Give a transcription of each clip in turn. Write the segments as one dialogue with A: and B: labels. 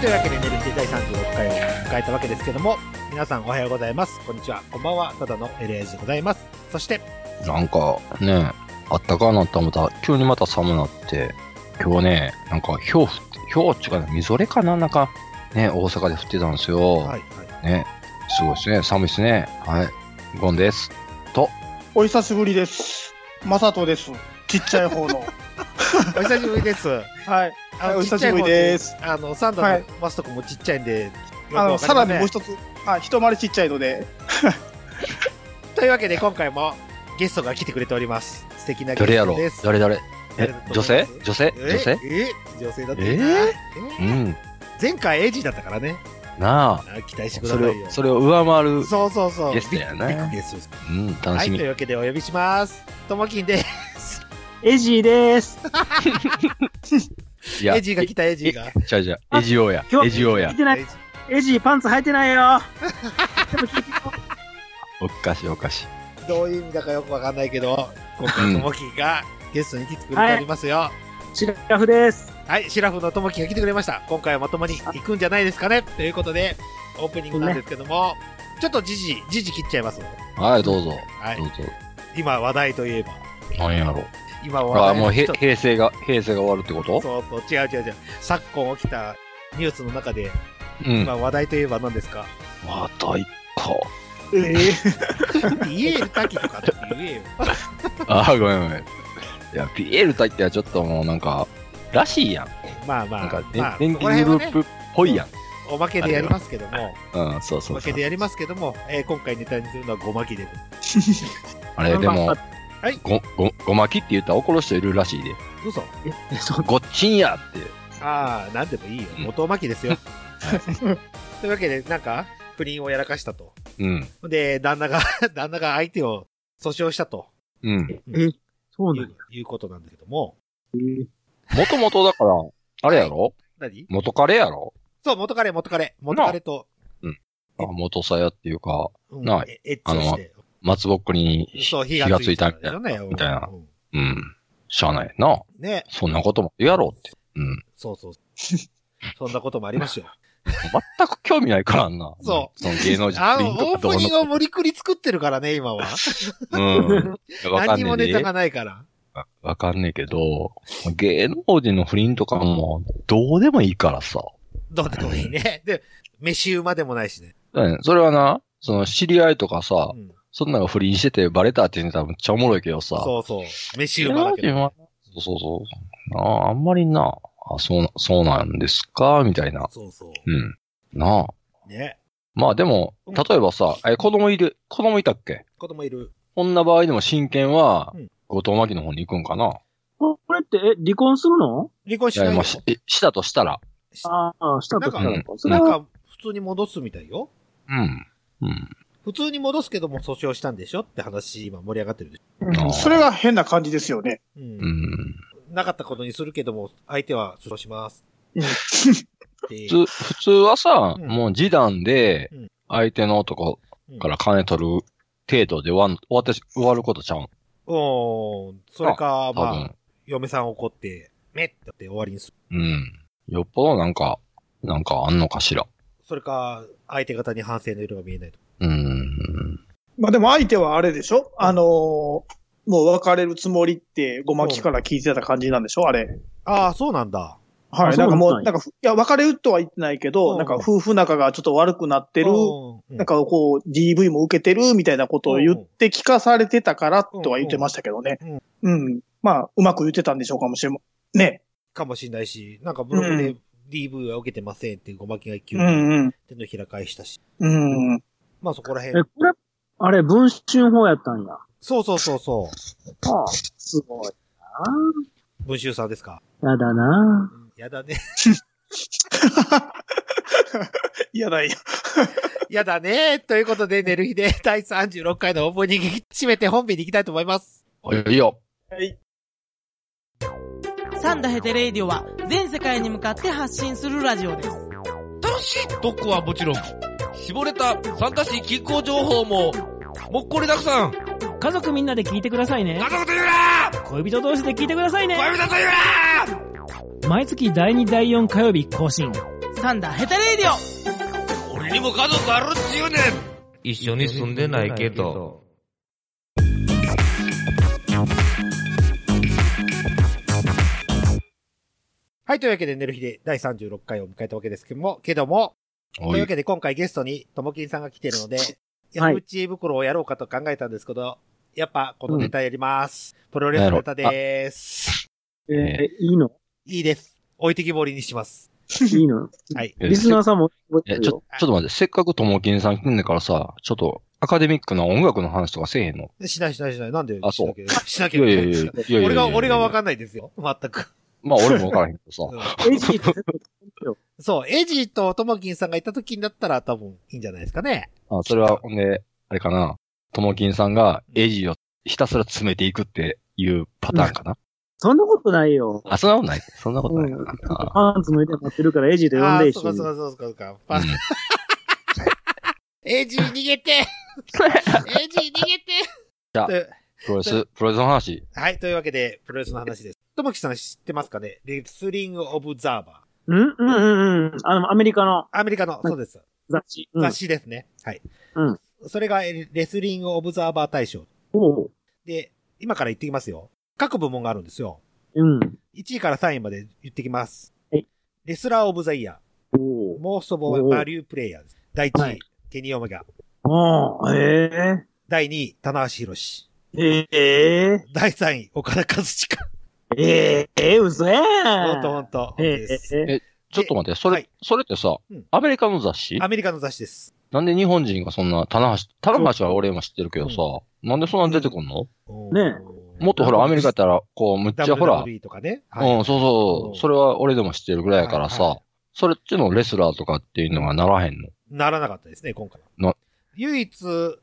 A: というわけで、NLT 第36回を迎えたわけですけども、皆さんおはようございます。こんにちは。こんばんは。ただの LH でございます。そして、
B: なんかね、あったかいなと思ったら、急にまた寒なって、今日ね、なんか氷降って、氷っていうかね、みぞれかな、なんか、ね、大阪で降ってたんですよ。
A: はい、はい。
B: ね、すごいですね、寒いですね。はい、ゴンです。
C: お久しぶりです。マサトです。ちっちゃい 方の。
A: お久しぶり です。
C: はい。
A: あ
C: はいお
A: ち
C: 久
A: っちゃ
C: し
A: い
C: ぶ
A: 方
C: りです。
A: あの、サンダ
C: は
A: ー
C: い
A: のマスト君もちっちゃいんで、
C: あの、
A: よく
C: さ
A: わからりません
C: にもう一つ、あ、一回りちっちゃいので、
A: というわけで、今回もゲストが来てくれております。素敵なゲ
B: どれや
A: ス
B: ろ
A: トです。
B: 誰誰え
A: 誰だと、思い
B: 女
A: ます
B: 性女性
A: え
B: 女性
A: え女性だったかな
B: え
A: え
B: うん。
A: 前回 AG だったからね。
B: なあ、
A: あ期待してくだ
B: そ
A: さい
B: れ
A: よ
B: を、。それを上回る、
A: そうそうそう。
B: ゲストやな
A: ビッグゲストです
B: うん、楽
A: はい、
B: し
A: と
B: み。
A: いうわけでお呼びします。ともきんで、
D: エジーです。
B: いや、
A: エ
B: じ
A: ジが来たエジが。
B: ゃあじゃあ、エジオーや
D: 今、日
B: エジオー
D: 聞
B: や
D: い。てない。エジーパンツ履いてないよ。でも聞いてよ
B: おかしいおかしい。
A: どういう意味だかよくわかんないけど、今回ともきんがゲストに来てくれておりますよ。はい、
D: シラフです。
A: シラフのともきんが来てくれました。今回はまともに行くんじゃないですかねということで、オープニングなんですけども、ちょっとじじ、じじ切っちゃいますので。
B: はい、どうぞ。
A: は
B: どう
A: い。
B: ぞ。
A: 今話題といえば、
B: 何やろ
A: 今
B: う。
A: 話
B: ああ、
A: 題
B: もう
A: の
B: へ
A: 一つ
B: 平成が、平成が終わるってこと
A: そうそう、違う違う違う。昨今起きたニュースの中で、
B: うん。
A: 今話題といえば何ですか
B: また一か。
C: えー
A: 言える滝とかって言えよ。
B: ああ、ごめんごめん。いや、ピエールタイってはちょっともうなんか、らしいやん。
A: まあま
B: なん
A: あ
B: か、、
A: まあ、
B: エン
A: そ
B: デ
A: こら
B: ィ
A: 辺
B: ング
A: は
B: ルー
A: ね
B: プっぽいやん。
A: おまけでやりますけども、
B: うん、そう
A: お
B: そう
A: ま
B: そ
A: け
B: う
A: で。やりますけども、えー今回ネタにするのはごまきで。
B: あれ、でも、
A: はい
B: ご、ご、ごまきって言ったら怒る人いるらしいで。
A: 嘘
D: えそう
B: ごっちんやって。
A: ああ、なんでもいいよ
B: う。ん
A: 元おまきですよ。 というわけで、なんか、不倫をやらかしたと。
B: うん。
A: で、旦那が、 旦那が相手を訴訟したと
B: うん。
D: え、そう
A: い
D: な
A: うん
D: だ。
A: いうことなんだけども、
B: もともとだから、あれやろ
A: 何
B: 元カレやろ
A: そう、元彼、元彼、元彼と、
B: あ元さやっていうか、
A: うん
B: なあ
A: えエッチをして、
B: 松ぼっくりに火
A: そう、火
B: が
A: が
B: つ
A: つい
B: いた
A: た
B: みたいな。
A: んだよね
B: みたいな。
A: うん
B: うん。しゃあないな。
A: ね、
B: そんなこともやろうって。うん。
A: そう そう。そんなこともありますよ。
B: 全く興味ないからな。。
A: そう
B: その芸能人
A: あ
B: 不
A: の
B: 倫
A: オ
B: とか
A: ー
B: どう
A: プ
B: の
A: ニングを無理くり作ってるからね、今 は。
B: うん。いやわか
A: 何
B: ん
A: に
B: ね
A: も
B: えで
A: ネタがないから。
B: わわかんねえけど、芸能人の不倫とかも、どうでもいいからさ。
A: どうでもいいね。で、飯馬でもないしね。
B: だからねそれはな、その知り合いとかさ
A: う、ん、
B: そんなの不倫しててバレたって言うの多分めっちゃおもろいけどさ。
A: そうそう。飯
B: 芸
A: 馬
B: 能
A: だけ
B: 人
A: ど。
B: はそうそうそう。なあ、あんまりな、あ、そうな、そうなんですか、みたいな。
A: そうそ
B: うん。なあ。
A: う。ね。
B: まあでも、例えばさ、え、子供いる、子供いたっけ
A: 子供いる。
B: こんな場合でも親権は
A: うん、
B: 後藤真希の方に行くんかな、
D: これって、え、離婚するの
A: 離婚し
B: いや
A: ない
B: ま
A: よ
B: あ、。しえしたとしたら。
D: ああ、したとした
B: な
D: ら
B: ん。
D: それ
A: なん
D: は、
A: か、普通に戻すみたいよ。
B: うん。うん。
A: 普通に戻すけども訴訟したんでしょって話、今盛り上がってるでし
B: あー
C: それが変な感じですよね。
A: ょ。う。
B: うんん。
A: なかったことにするけども、相手は訴訟しますっていう。
B: 普通、普通はさ、
A: うん
B: もう示談で
A: うん、
B: 相手の男
A: うん
B: から金取る程度で終わん終わってし終わることちゃうん。
A: うん。それか、
B: 多
A: まあ、
B: 分。
A: 嫁さん怒って、めって終わりにする。
B: うん。よっぽどなんか、なんかあんのかしら。
A: それか、相手方に反省の色が見えないと。
B: うん。
C: まあでも相手はあれでしょあのーもう別れるつもりって、ごまきから聞いてた感じなんでしょあれ。
A: ああ、そうなんだ。
C: は
D: あ
C: い。
D: そ
C: な
D: うんな
C: か
D: んだ
C: もう、なんか、いや、別れるとは言ってないけ
A: う
C: ど、
A: ん
C: なんか夫婦仲がちょっと悪くなってる、
A: うん
C: なんかこう、DV も受けてるみたいなことを言って聞かされてたからとは言ってましたけどね。うん。まあ、うまく言ってたんでしょうかもしれん。ね。
A: かもしれないし、なんかブログ
C: う
A: で DV は受けてませんっていうごまきが急
C: う
A: に
C: ん
A: 手のひら返したし。
C: うん。うん。
A: まあそこら
D: え、
A: 辺。
D: これ、あれ、文春法やったんや。あ
A: そうそうそうそう。
D: あ、すごい
A: 文集さんですか。
D: な。やだな。
A: うんやだね。
C: 嫌だよ。
A: やだね。ということで、寝る日で 第36回のオープニング締めて本編に行きたいと思います。
B: あいいよ。
C: はい。
E: サンダヘテレイディオは全世界に向かって発信するラジオです。
F: 楽しい特攻はもちろん、絞れた参加し気候情報も、もっこりたくさん。家
G: 家族みんなで聞いてくださいね。
F: 族と言うな
G: 恋人同士で聞いてくださいね。
F: 恋人と言うな
G: 毎月第2、第4火曜日更新。
E: サンダーヘタレイディオ
F: 俺にも家族あるっちゅうねん一緒に住んでないけど。
A: はい、というわけで、寝る日で第36回を迎えたわけですけども、けども、と
B: お
A: いう
B: い
A: わ。けで今回ゲストにともきんさんが来てるので、
D: は
A: 山
D: い
A: 口袋をやろうかと考えたんですけど、やっぱこのネタやります。プロレスネタでーす。
D: えー
B: ね
D: いいの
A: いいです。置いてきぼりにします。
D: いいの
A: はい。
B: え
D: リスナーさんも覚え
B: え、
D: て
B: ち
D: る
B: ょ
D: よ。、
B: ちょっと待って、せっかくともきんさん来んねんからさ、ちょっと、アカデミックな音楽の話とかせえへんの
A: しないしないしない。なんで
B: あそ
A: し
B: う
A: なきゃしなき
B: い
A: ゃ
B: やいやいやいやいやいや。
A: 俺が、俺がわ
B: ん
A: かんないですよ。全く。
B: まあ俺もわからへんけど
A: う
B: さ。
A: ん
D: エイジーって
A: そう、エジとともきんさんがいた時になったら多分いいんじゃないですかね。
B: あ、それは、ほんで、あれかな、ともきんさんがエイジをひたすら詰めていくっていうパターンかな。
D: そんなことないよ。
B: あ、そんなことない。そんなこと
D: う
B: ない
D: ん。
B: あ
D: パンツの板持ってるからエイジーと呼ん
A: あ
D: で
A: あ
D: い
A: ー、
D: いし
A: そう。かそうかそうかそうか。
B: う
A: パ
B: ん
A: エジ逃げてエジ逃げて
B: じゃあ
A: という
B: プロレス、プロレスの話。
A: はい、というわけで、プロレスの話です。ともきさん知ってますかねレスリング・オブ・ザーバー。
D: うんうんうんうん。あの、アメリカの
A: アメリカの、そうです。
D: 雑誌。うん
A: 雑誌ですね。はい。
D: うん
A: それが、えレスリング・オブ・ザーバー大賞。
D: おう
A: で、今から言ってきますよ。各部門があるんですよ。
D: うん。
A: 1位から3位まで言ってきます。
D: はい
A: レスラー・オブ・ザ・イヤ
D: お
A: ー。
D: う
A: モースト・ボ
D: お
A: ー・
D: お
A: バリュー・プレイヤーです。第1位、
D: はい
A: ケニー・オメガ。
D: ああ、へ
A: 第2位、棚橋博士。
D: え。ええ。
A: 第3位、岡田和親。
D: ええ、嘘や
A: ほ
D: ん
A: んとほんと。
D: え
A: 本当です
D: え。
B: ちょっと待って、それ、
A: はい
B: それってさ
A: うん、
B: アメリカの雑誌
A: アメリカの雑誌です。
B: なんで日本人がそんな、棚橋、棚橋は俺も知ってるけどさ、なんでそんな出てくんの、
D: ね
B: もっとほら、アメリカやったら、こう、むっちゃほら、
A: WWE とかね。
B: うん、そう
A: うん
B: そう、それは俺でも知ってるぐらいやからさ、
A: はいはい
B: それっていうのレスラーとかっていうのがならへんの。
A: ならなかったですね、今回は。
B: な
A: 唯一、5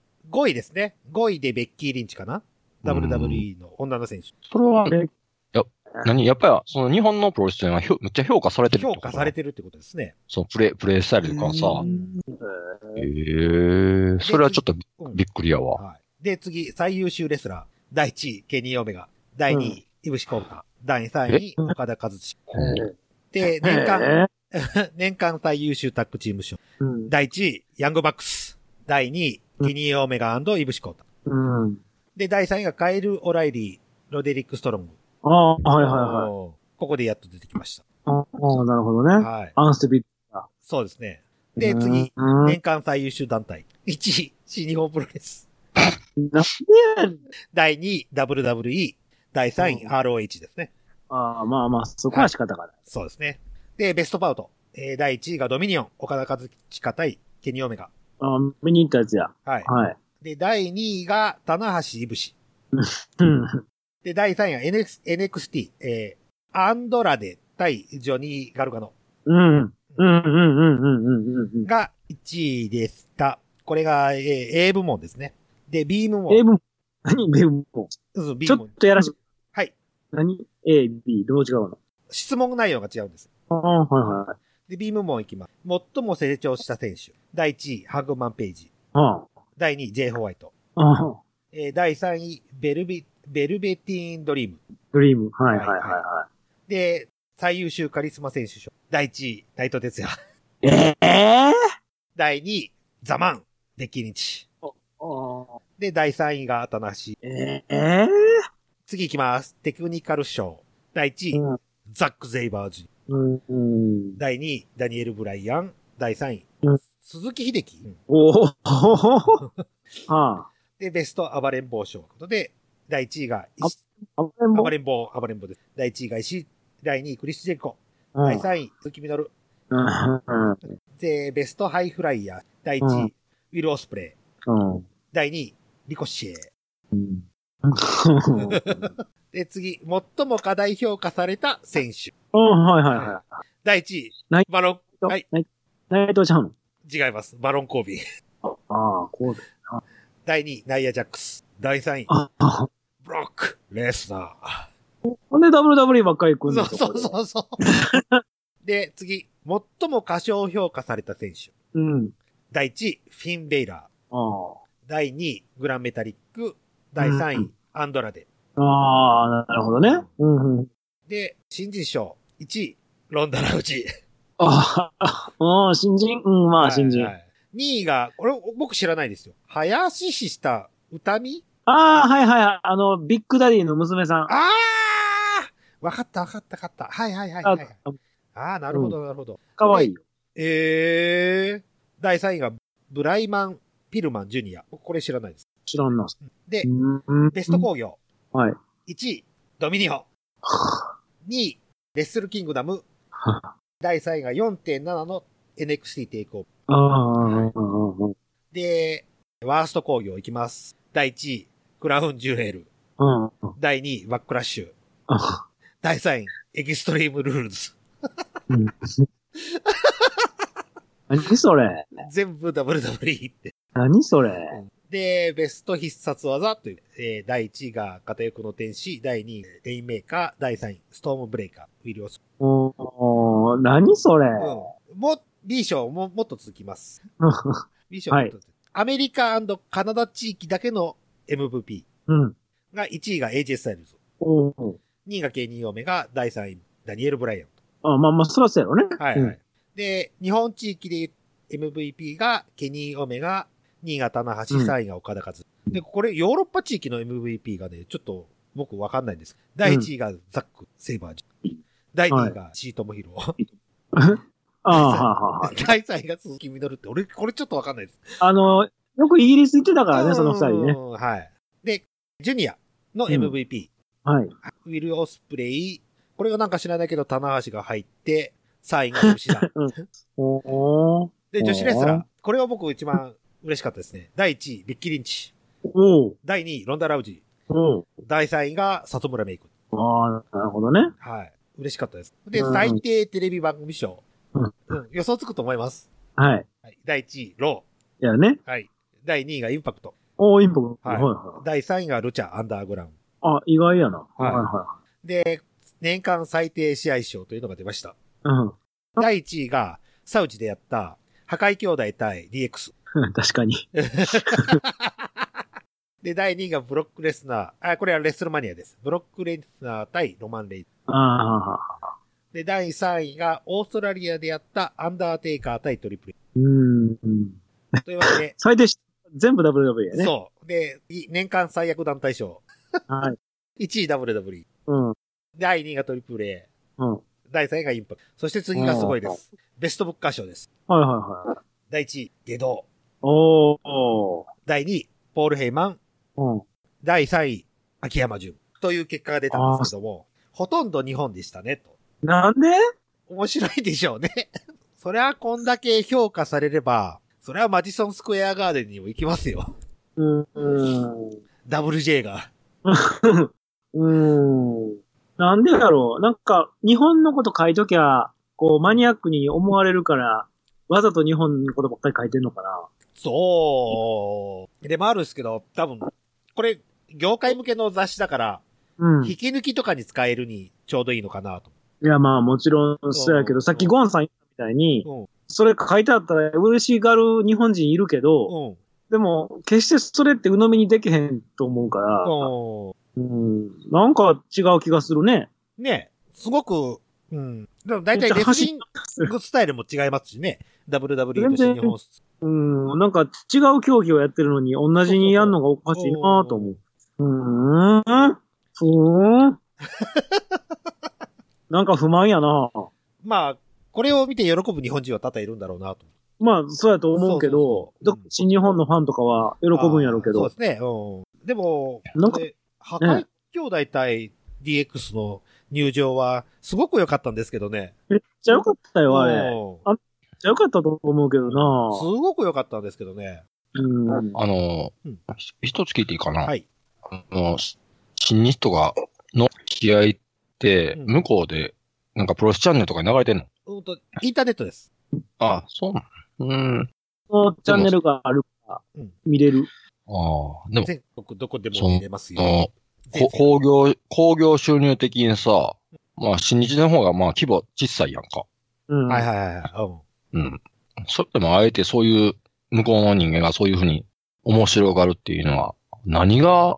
A: 位ですね。5位でベッキー・リンチかな
B: うん
A: ?WWE の女の選手。
B: それは、
D: え
B: いや、何やっぱり、その日本のプロレスというのはひょ、めっちゃ評価されてる
A: 評価され
B: て
A: てるってことですね。
B: そのプレイ、プレイスタイルとかさ
D: う。ん
B: へえー、それはちょっとび
A: うん
B: びっくりやわ。
A: はい。で、次、最優秀レスラー。第1位、ケニー・オメガ。第2位、イブシ・コータ。第3位、岡田和志。
B: うん
A: で、年間、年間最優秀タッグチーム賞。
D: うん。
A: 第1位、ヤングバックス。第2位、ケニー・オメガイブシ・コータ。
D: うん。
A: で、第3位がカエル・オライリー、ロデリック・ストロング。
D: ああ、はいはいはい。
A: おーここでやっと出てきまし
D: ああ、なるほど
A: た。
D: ね。
A: はい。
D: アンスビッ
A: そうですね。で、次、
D: うん
A: 年間最優秀団体。1位、新日本プロレス。
D: なんでやねん
A: 第2位、WWE。第3位、ROH ですね。
D: ああ、まあまあ、そこは仕方がない。
A: そうですね。で、ベストパウト。えー第1位がドミニオン、岡田和親対ケニーオメガ。
D: ああ、見に行ったやつや。
A: はい。
D: はい。
A: で、第2位が、棚橋いぶし。
D: うん。
A: で、第3位は NX NXT、えーアンドラデ対ジョニー・ガルガノ
D: うん。うん、うん、うん、うん、うん、うん。
A: が1位でした。これが、えー A 部門ですね。で、B 部門。
D: 英文、何英文法
A: うん B
D: ち
A: 部
D: ょ
A: 門
D: っ。とやらしい。
A: はい。
D: 何 ?A、B、どう違うの
A: 質問内容が違うんです。
D: ああ、はいはい。
A: で、B 部門いきます。最も成長した選手。第1位、ハグマン・ペイジ。
D: あ
A: 第2位、J. ホワイト。
D: あ、ああ、
A: えー第3位、ベルビ、ベルベティーン・ドリーム。
D: ドリーム。はいはいはいは
A: で、最優秀カリスマ選手賞。第1位、内藤哲也。
D: い。ええ
A: 第2位、ザマン、デッキーリンチ。
D: ー
A: で、第3位が棚橋。
D: ええ
A: 次いきます。テクニカル賞。第1位、
D: うん
A: ザック・ゼイバージ。
D: うんうん。
A: 第2位、ダニエル・ブライアン。第3位、
D: うん
A: 鈴木秀樹。
D: おお、 あ
A: で、ベスト暴れん坊賞。ということで、第1位が石、
D: あ、暴れん坊
A: 暴。れん坊、暴れん坊です。第1位が石井、第2位クリス・ジェリコ、
D: うん
A: 第3位鈴木みのる、
D: うん
A: で、ベストハイフライヤー、第1位、
D: うん
A: ウィル・オスプレイ、
D: うん
A: 第2位、リコシエ。
D: うん。
A: で、次、最も過大評価された選手。
D: うん、はいはいは
A: 第1位
D: ない、
A: バロ
D: い。
A: はい。
D: 内内藤ちゃん。
A: ン、違います。バロン・コービー。
D: ああ、こうだ。
A: 第2位、ナイア・ジャックス。第3位、
D: ああ、
A: ブロック、レスナー。
D: ほんで WWE ばっかり行くん
A: そ
D: だ
A: うそうそうそう。 で、次、最も過小評価された選手。
D: う。うん。
A: 第1位、フィン・ベイラー。
D: あ
A: 第2位、グランメタリック。第3位、
D: うん
A: アンドラデ。
D: あ。ああ、なるほどね。うんうん。
A: で、新人賞、1位、ロンダ・ラウジ。
G: あ あ、うん、新人うん、まあ、新人。
A: はいはい2位が、これ、僕知らないですよ。林下歌美
G: ああ、はいはいはい。あの、ビッグダディの娘さん。
A: ああわかったわかったわかった。はいはいはい、はい。ああ、なるほどなるほど。
G: かわいいよ。
A: ええ第3位が、ブライマン・ピルマン・ジュニア。これ知らないです。
G: 知らんな。
A: で、
G: うん
A: ベスト工業。
G: はい。
A: 1位、ドミニオン。2位、レッスルキングダム。
G: あ
A: 第3位が4.7の NXT テイクオーバ
G: あ、うんうんうん
A: ー。で、ワースト工業いきます。第1位、クラウン・ジュエル。
G: うん。
A: 第2位、バックラッシュ。
G: あ
A: 第3位、エキストリーム・ルールズ。
G: うん。何それ
A: 全部 WWE って。
G: 何それ
A: で、ベスト必殺技という、えー第1位が片翼の天使、第2位、レインメーカー、第3位、ストームブレイカー、ウィリオス。
G: おー、何それ
A: うん。も、B 賞も、もっと続き ます。B 賞も
G: は
A: っ
G: い
A: と続きます。アメリカカナダ地域だけの MVP
G: うん。
A: が、1位が AJ スタイルズ、
G: おー。
A: 2位がケニー・オメガ、第3位、ダニエル・ブライアン。
G: あまあまあ、そらそうやろね。
A: はい、
G: う
A: は
G: ん
A: い。で、日本地域で言う MVP がケニー・オメガ、新潟の橋、
G: うん
A: 3位が岡田和。で、これヨーロッパ地域の MVP がね、ちょっと僕わかんないんです。第1位がザック・セイバージュ。第2位がシートモヒロ。
G: ああ、はあはあは
A: 第3位が鈴木みのるって、俺、これちょっとわかんないです。
G: あ。あの、よくイギリス行ってたからね、その二人ね。
A: うんはい。で、ジュニアの MVP、
G: はい。
A: ウィル・オスプレイ。これがなんか知らないけど、棚橋が入って、3位が吉田。
G: おー。
A: で、女子レスラ
G: う
A: ー
G: ん。
A: これは僕一番嬉しかったですね。 第1位、ビッキー・リンチ。
G: おー。
A: 第2位、ロンダ・ラウジ
G: おー。
A: ー。第3位が里村メイク。
G: ああ、なるほどね。
A: はい。嬉しかったです。で、
G: うん
A: 最低テレビ番組賞。
G: う
A: うん
G: ん。
A: 予想つくと思います。
G: はい。
A: はい。第1位、ロ
G: やね。
A: ー。はい。第2位がインパクト。
G: おー、インポク。
A: は
G: はいいはい。
A: 第3位がルチャ・アンダーグラウン
G: あ、意外やな。
A: い
G: はいは
A: ド。で、年間最低試合賞というのが出ました。
G: い。
A: 第1位が、サウジでやった、破壊兄弟対 DX。
G: うん。 確かに。
A: で、第2位がブロックレスナー。あ、これはレッスルマニアです。ブロックレスナー対ロマン・レイズ
G: ああ、
A: で、第3位が、オーストラリアでやったアンダーテイカー対トリ プル H。
G: うん。
A: というわけ
G: 最低し、全部 WW や
A: で、
G: ね。
A: そう。で、い年間最悪団体賞。
G: はい。
A: 1位 WWE。
G: うん。
A: 第2位がトリプル A。
G: うん。はい
A: 第3位がインパクト。そして次がすごいです。ベストブッカー賞です。
G: はいはい。
A: 第1位、下道。
G: おー。
A: 第2位、ポール・ヘイマン。
G: うん。
A: 第3位、秋山純。という結果が出たんですけども、ほとんど日本でしたね、と。
G: なんで
A: 面白いでしょうね。 そりゃ、こんだけ評価されれば、それはマディソンスクエアガーデンにも行きますよ。
G: うーん。
A: WJ が。
G: うーん。なんでだろう。なんか、日本のこと書いときゃ、こう、マニアックに思われるから、わざと日本のことばっかり書いてんのかな。
A: そう。でもあるんですけど、多分、これ、業界向けの雑誌だから、
G: うん。
A: 引
G: い
A: き抜きとかに使えるにちょうどいいのかなと。
G: や、まあ、もちろん、そうやけど、さっきゴンさん言ったみたいに、
A: うん。
G: それ書いてあったら嬉しがる日本人いるけど、
A: うん。
G: でも、決してそれって鵜呑みにできへんと思うから、
A: う
G: うん、なんか違う気がするね。
A: ん。ねえすごく、うん。でも大体レスリングスタイルも違いますしね。WWE と新日本。
G: うん、なんか違う競技をやってるのに同じにやるのがおかしいなと思う。うーん、ふーん。なんか不満やな
A: まあ、これを見て喜ぶ日本人は多々いるんだろうなと。
G: まあ、そうやと思うけど
A: そうそうそううん、
G: 新日本のファンとかは喜ぶんやろうけ
A: あー
G: ど
A: そ、うですね。うん。でも、
G: なんか
A: これ破壊兄弟対 DX の入場は、すごく良かったんですけどね。
G: めっちゃ良かったよ、あれ。めっ
A: うん
G: ちゃ良かったと思うけどな
A: すごく良かったんですけどね。
G: うん。
B: あの
A: うん、
B: ひ一つ聞いていいかな。
A: はい。
B: あの、新日とかの試合って、
A: うん
B: 向こうで、なんかプロレスチャンネルとかに流れてんの
A: うんと、インターネットです。
B: あ、そうなんうん。
G: のチャンネルがあるから
A: うん、
G: 見れる。
B: ああ、でも、
A: 全国どこでも見れます
B: あの
A: よ。全
B: こ
A: 然
B: 工業、工業収入的にさ、まあ、新日の方がまあ、規模小さいやんか。
G: うん。
A: はいはいはいはい。うん
B: うん。それでもあえてそういう、向こうの人間がそういうふうに面白がるっていうのは、何が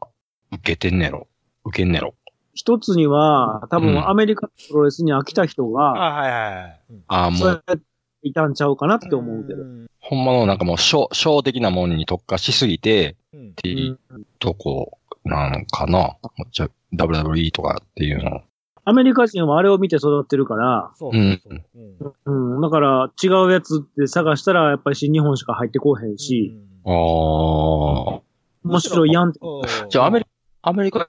B: 受けてんねやろ受けんねやろ
G: 一つには、多分アメリカのプロレスに飽きた人
A: あ、
G: が、
A: はいはいはい。うん
B: ああ、も
G: そう
B: う
G: やっていたんちゃうかなって思うけど。
A: ん
B: ほんまのなんかもう、ショー、ショー的なもんに特化しすぎて、
A: うん
B: っていうとこなのかな。じゃ WWE とかっていうの。
G: アメリカ人はあれを見て育ってるから、
A: そうそうそう。うん
G: うん、だから違うやつって探したら、やっぱり新日本しか入ってこうへんし、
A: うん
B: ああ。
G: 面白いやんって。
A: うん
B: じゃあ、アメリアメリカ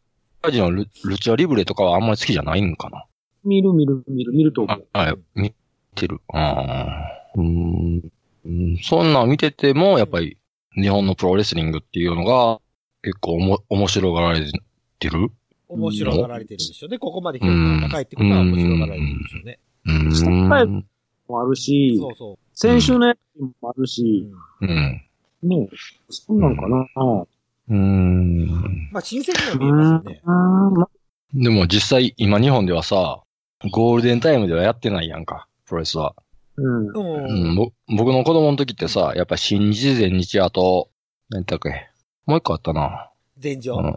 B: 人のルルチャリブレとかはあんまり好きじゃないんかな。
G: 見る見る見る見ると思
B: あ
G: う。、
B: あ見てる。ああ。うーん。うんそんなん見てても、やっぱり、日本のプロレスリングっていうのが、結構おも、面白がられてる
A: 面白がられてるでしょうね。ここまで評価が高いってことは面白がられてるでしょうね。
B: うーん。
G: やっぱりもあるし、
A: そうそ
G: 先週のやつもある
A: う。
G: し、
B: うん。
G: ねそうなんかな。
B: うーん。
A: まあ、新鮮には
G: う
A: 見え
G: ん。
A: ま
G: う
A: すよね。
G: んま
B: でも実際、今日本ではさ、ゴールデンタイムではやってないやんか、プロレスは。
G: うん
A: う
B: うん、
A: ん。
B: ぼ僕の子供の時ってさ、やっぱ新日前日あと、何だっけ、もう一個あったな。
A: 全
B: う
A: 場
B: ん、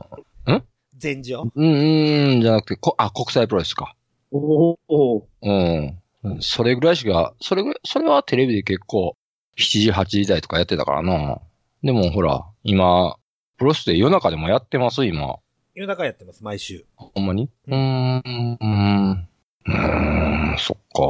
A: 全場
B: うん、うん、じゃなくて、こあ、国際プロレスか。
G: おお
B: うん。うんそれぐらいしか、それぐらい、それはテレビで結構、7時、8時台とかやってたからな。でもほら、今、プロレスで夜中でもやってます、今。
A: 夜中やってます、毎週。
B: ほんまにうーん、うーん、うーん、そっか。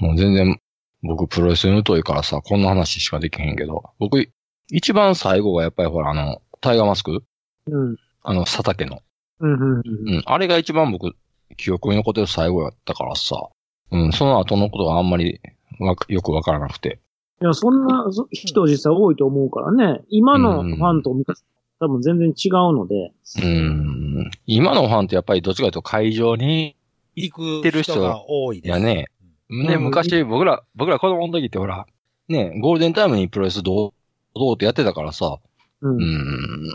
B: もう全然、僕プロレスに疎いからさ、こんな話しかできへんけど。僕、一番最後がやっぱりほら、あの、タイガーマスク
G: うん。
B: あの、佐竹の。
G: うん。うん。
B: うん、あれが一番僕、記憶に残ってる最後やったからさ。うん、その後のことがあんまりわかよくわからなくて。
G: いや、そんなそ人実際多いと思うからね、今のファンと昔、多分全然違うので、
B: うーん、今のファンってやっぱりどっちかというと会場に、
A: 行く
B: ってる人
A: 人
B: が
A: が多いです。
B: やね。ね、
G: うん
B: 昔、僕ら、僕ら子供の時ってほら、ね、ゴールデンタイムにプロレスどう、どうってやってたからさ、
G: う。
B: うんん、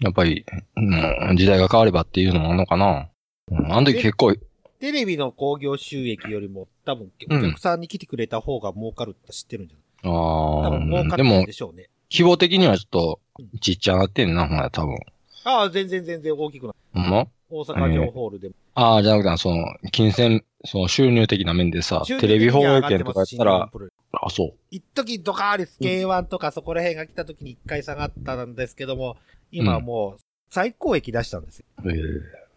B: やっぱり、うん、時代が変わればっていうのもあるのかな。うん、あの時結構、
A: テレビの興行収益よりも、多分、お客さんに来てくれた方が儲かるって知ってるんじゃない、
B: あ
A: 多分儲か
B: あ、
A: っ
B: で
A: てるん
B: も
A: で、しょうね。
B: 規模的にはちょっと、ちっちゃなってんな、ほら、多分。
A: ああ、全然全然大きくない。
B: ほんま
A: 大阪城ホールでも。
B: ああ、じゃなくて、その、金銭、その収入的な面でさ、
A: 収入
B: テレビ
A: 的
B: 放
A: には
B: 映
A: 上が
B: 権
A: て
B: と
A: ま
B: かやっ
A: す
B: たら
A: 新日本、プロレス
B: あ、そう。
A: 一時ドカーです。K1 とかそこら辺が来た時に一回下がったんですけども、今はもう最高益出したんですよ。
B: ええ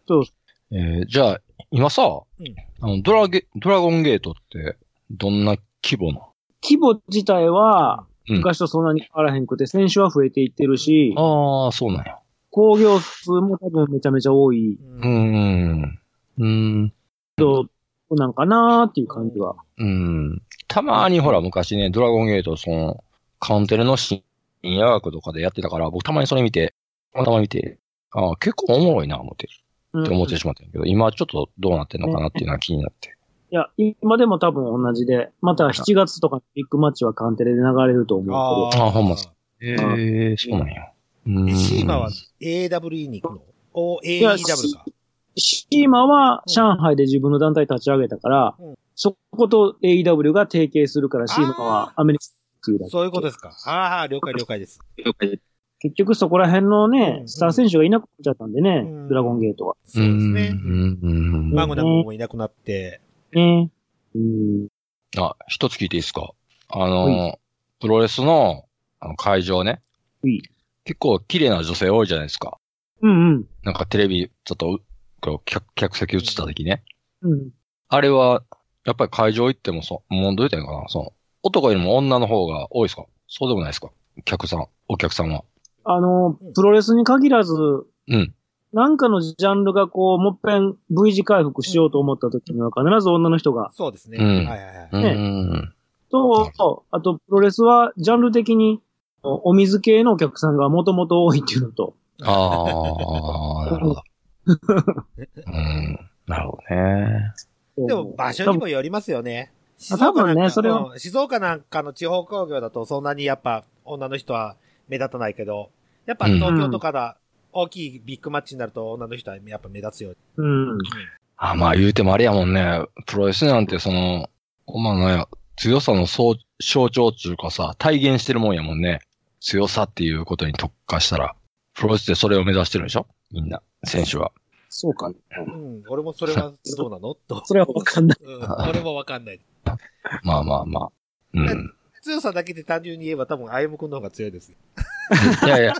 G: そう
B: えーじゃあ、今さ、
A: うん
B: あの、ドラゲ、ドラゴンゲートって、どんな規模な
G: 規模自体は、
B: うん
G: 昔とそんなに変わらへんくて、選手は増えていってるし、
B: ああ、そうなんや。
G: 興行数も多分めちゃめちゃ多い、
B: うーん。うーん。
G: どうなんかなーっていう感じは。
B: うん。たまにほら、昔ね、ドラゴンゲート、その、カウンテレの深夜枠とかでやってたから、僕たまにそれ見て、たまに見て、ああ、結構おもろいな、思って、
G: うん
B: って思ってしまったんやけど、今ちょっとどうなってんのかなっていうのは気になって。
G: いや、今でも多分同じで、また7月とかのビッグマッチはカンテレで流れると思う
B: あほんまっ
A: です
B: ええそうなんや。うーん。
A: シーマは AWE に行くのお、AEW か。
G: けど、シーマは上海で自分の団体立ち上げたから、
A: うん
G: そこと AEW が提携するから、シーマはアメリカっていうだけ。
A: そういうことですか。ああ、了解了解です。
G: 結局そこら辺のね
A: う、ん
G: スター選手がいなくなっちゃったんでね、
A: うん
G: ドラゴンゲートは。
A: そうですね。
B: うんうんうん
A: マグナムもいなくなって、
G: ね。うん。
B: あ、一つ聞いていいですかあの、プロレスのあの会場ね
G: はい。
B: 結構綺麗な女性多いじゃないですか。
G: うんうん。
B: なんかテレビ、ちょっとう、こう客客席映った時ね。
G: うん。
B: あれは、やっぱり会場行ってもそう、もうどう言ったらいいのかなその、男よりも女の方が多いですかそうでもないですか客さん、お客さんは。
G: あの、プロレスに限らず、
B: うん。
G: なんかのジャンルがこう、もっぺん V 字回復しようと思った時には必ず女の人が、
A: そうですね。
B: うん
A: はいはいはい。
B: うーん。
G: と、あとプロレスはジャンル的に、お水系のお客さんがもともと多いっていうのと、
B: ああ、なるほど。うん。なるほどね。
A: でも場所にもよりますよね。
G: あ多分
A: 静岡
G: ね
A: なんか
G: それは
A: うん静岡なんかの地方工業だとそんなにやっぱ女の人は目立たないけど、やっぱ東京とかだ、大きいビッグマッチになると女の人はやっぱ目立つよ。
G: うん。
B: あまあ言うてもあれやもんね。プロレスなんてその、お前のや、強さのそう象徴っていうかさ、体現してるもんやもんね。強さっていうことに特化したら、プロレスでそれを目指してるでしょみんな、選手は。
G: そうかね。
A: うん、俺もそれはどうなのと。
G: それはわかんない。
A: うん、俺もわかんない。
B: まあまあまあ。うん。
A: 強さだけで単純に言えば多分、あゆむくんの方が強いですよ。
B: いやいや。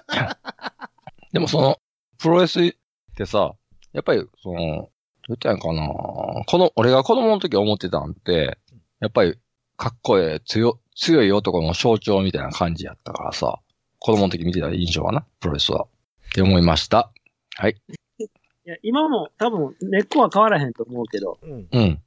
B: でもその、プロレスってさ、やっぱりその、どう言ったらいいんかなこの、俺が子供の時思ってたんって、やっぱりかっこええ、強、強い男の象徴みたいな感じやったからさ、子供の時見てた印象はな、プロレスは。って思いました。
G: いや、今も多分、根っこは変わらへんと思うけど、
A: うん。
B: うん。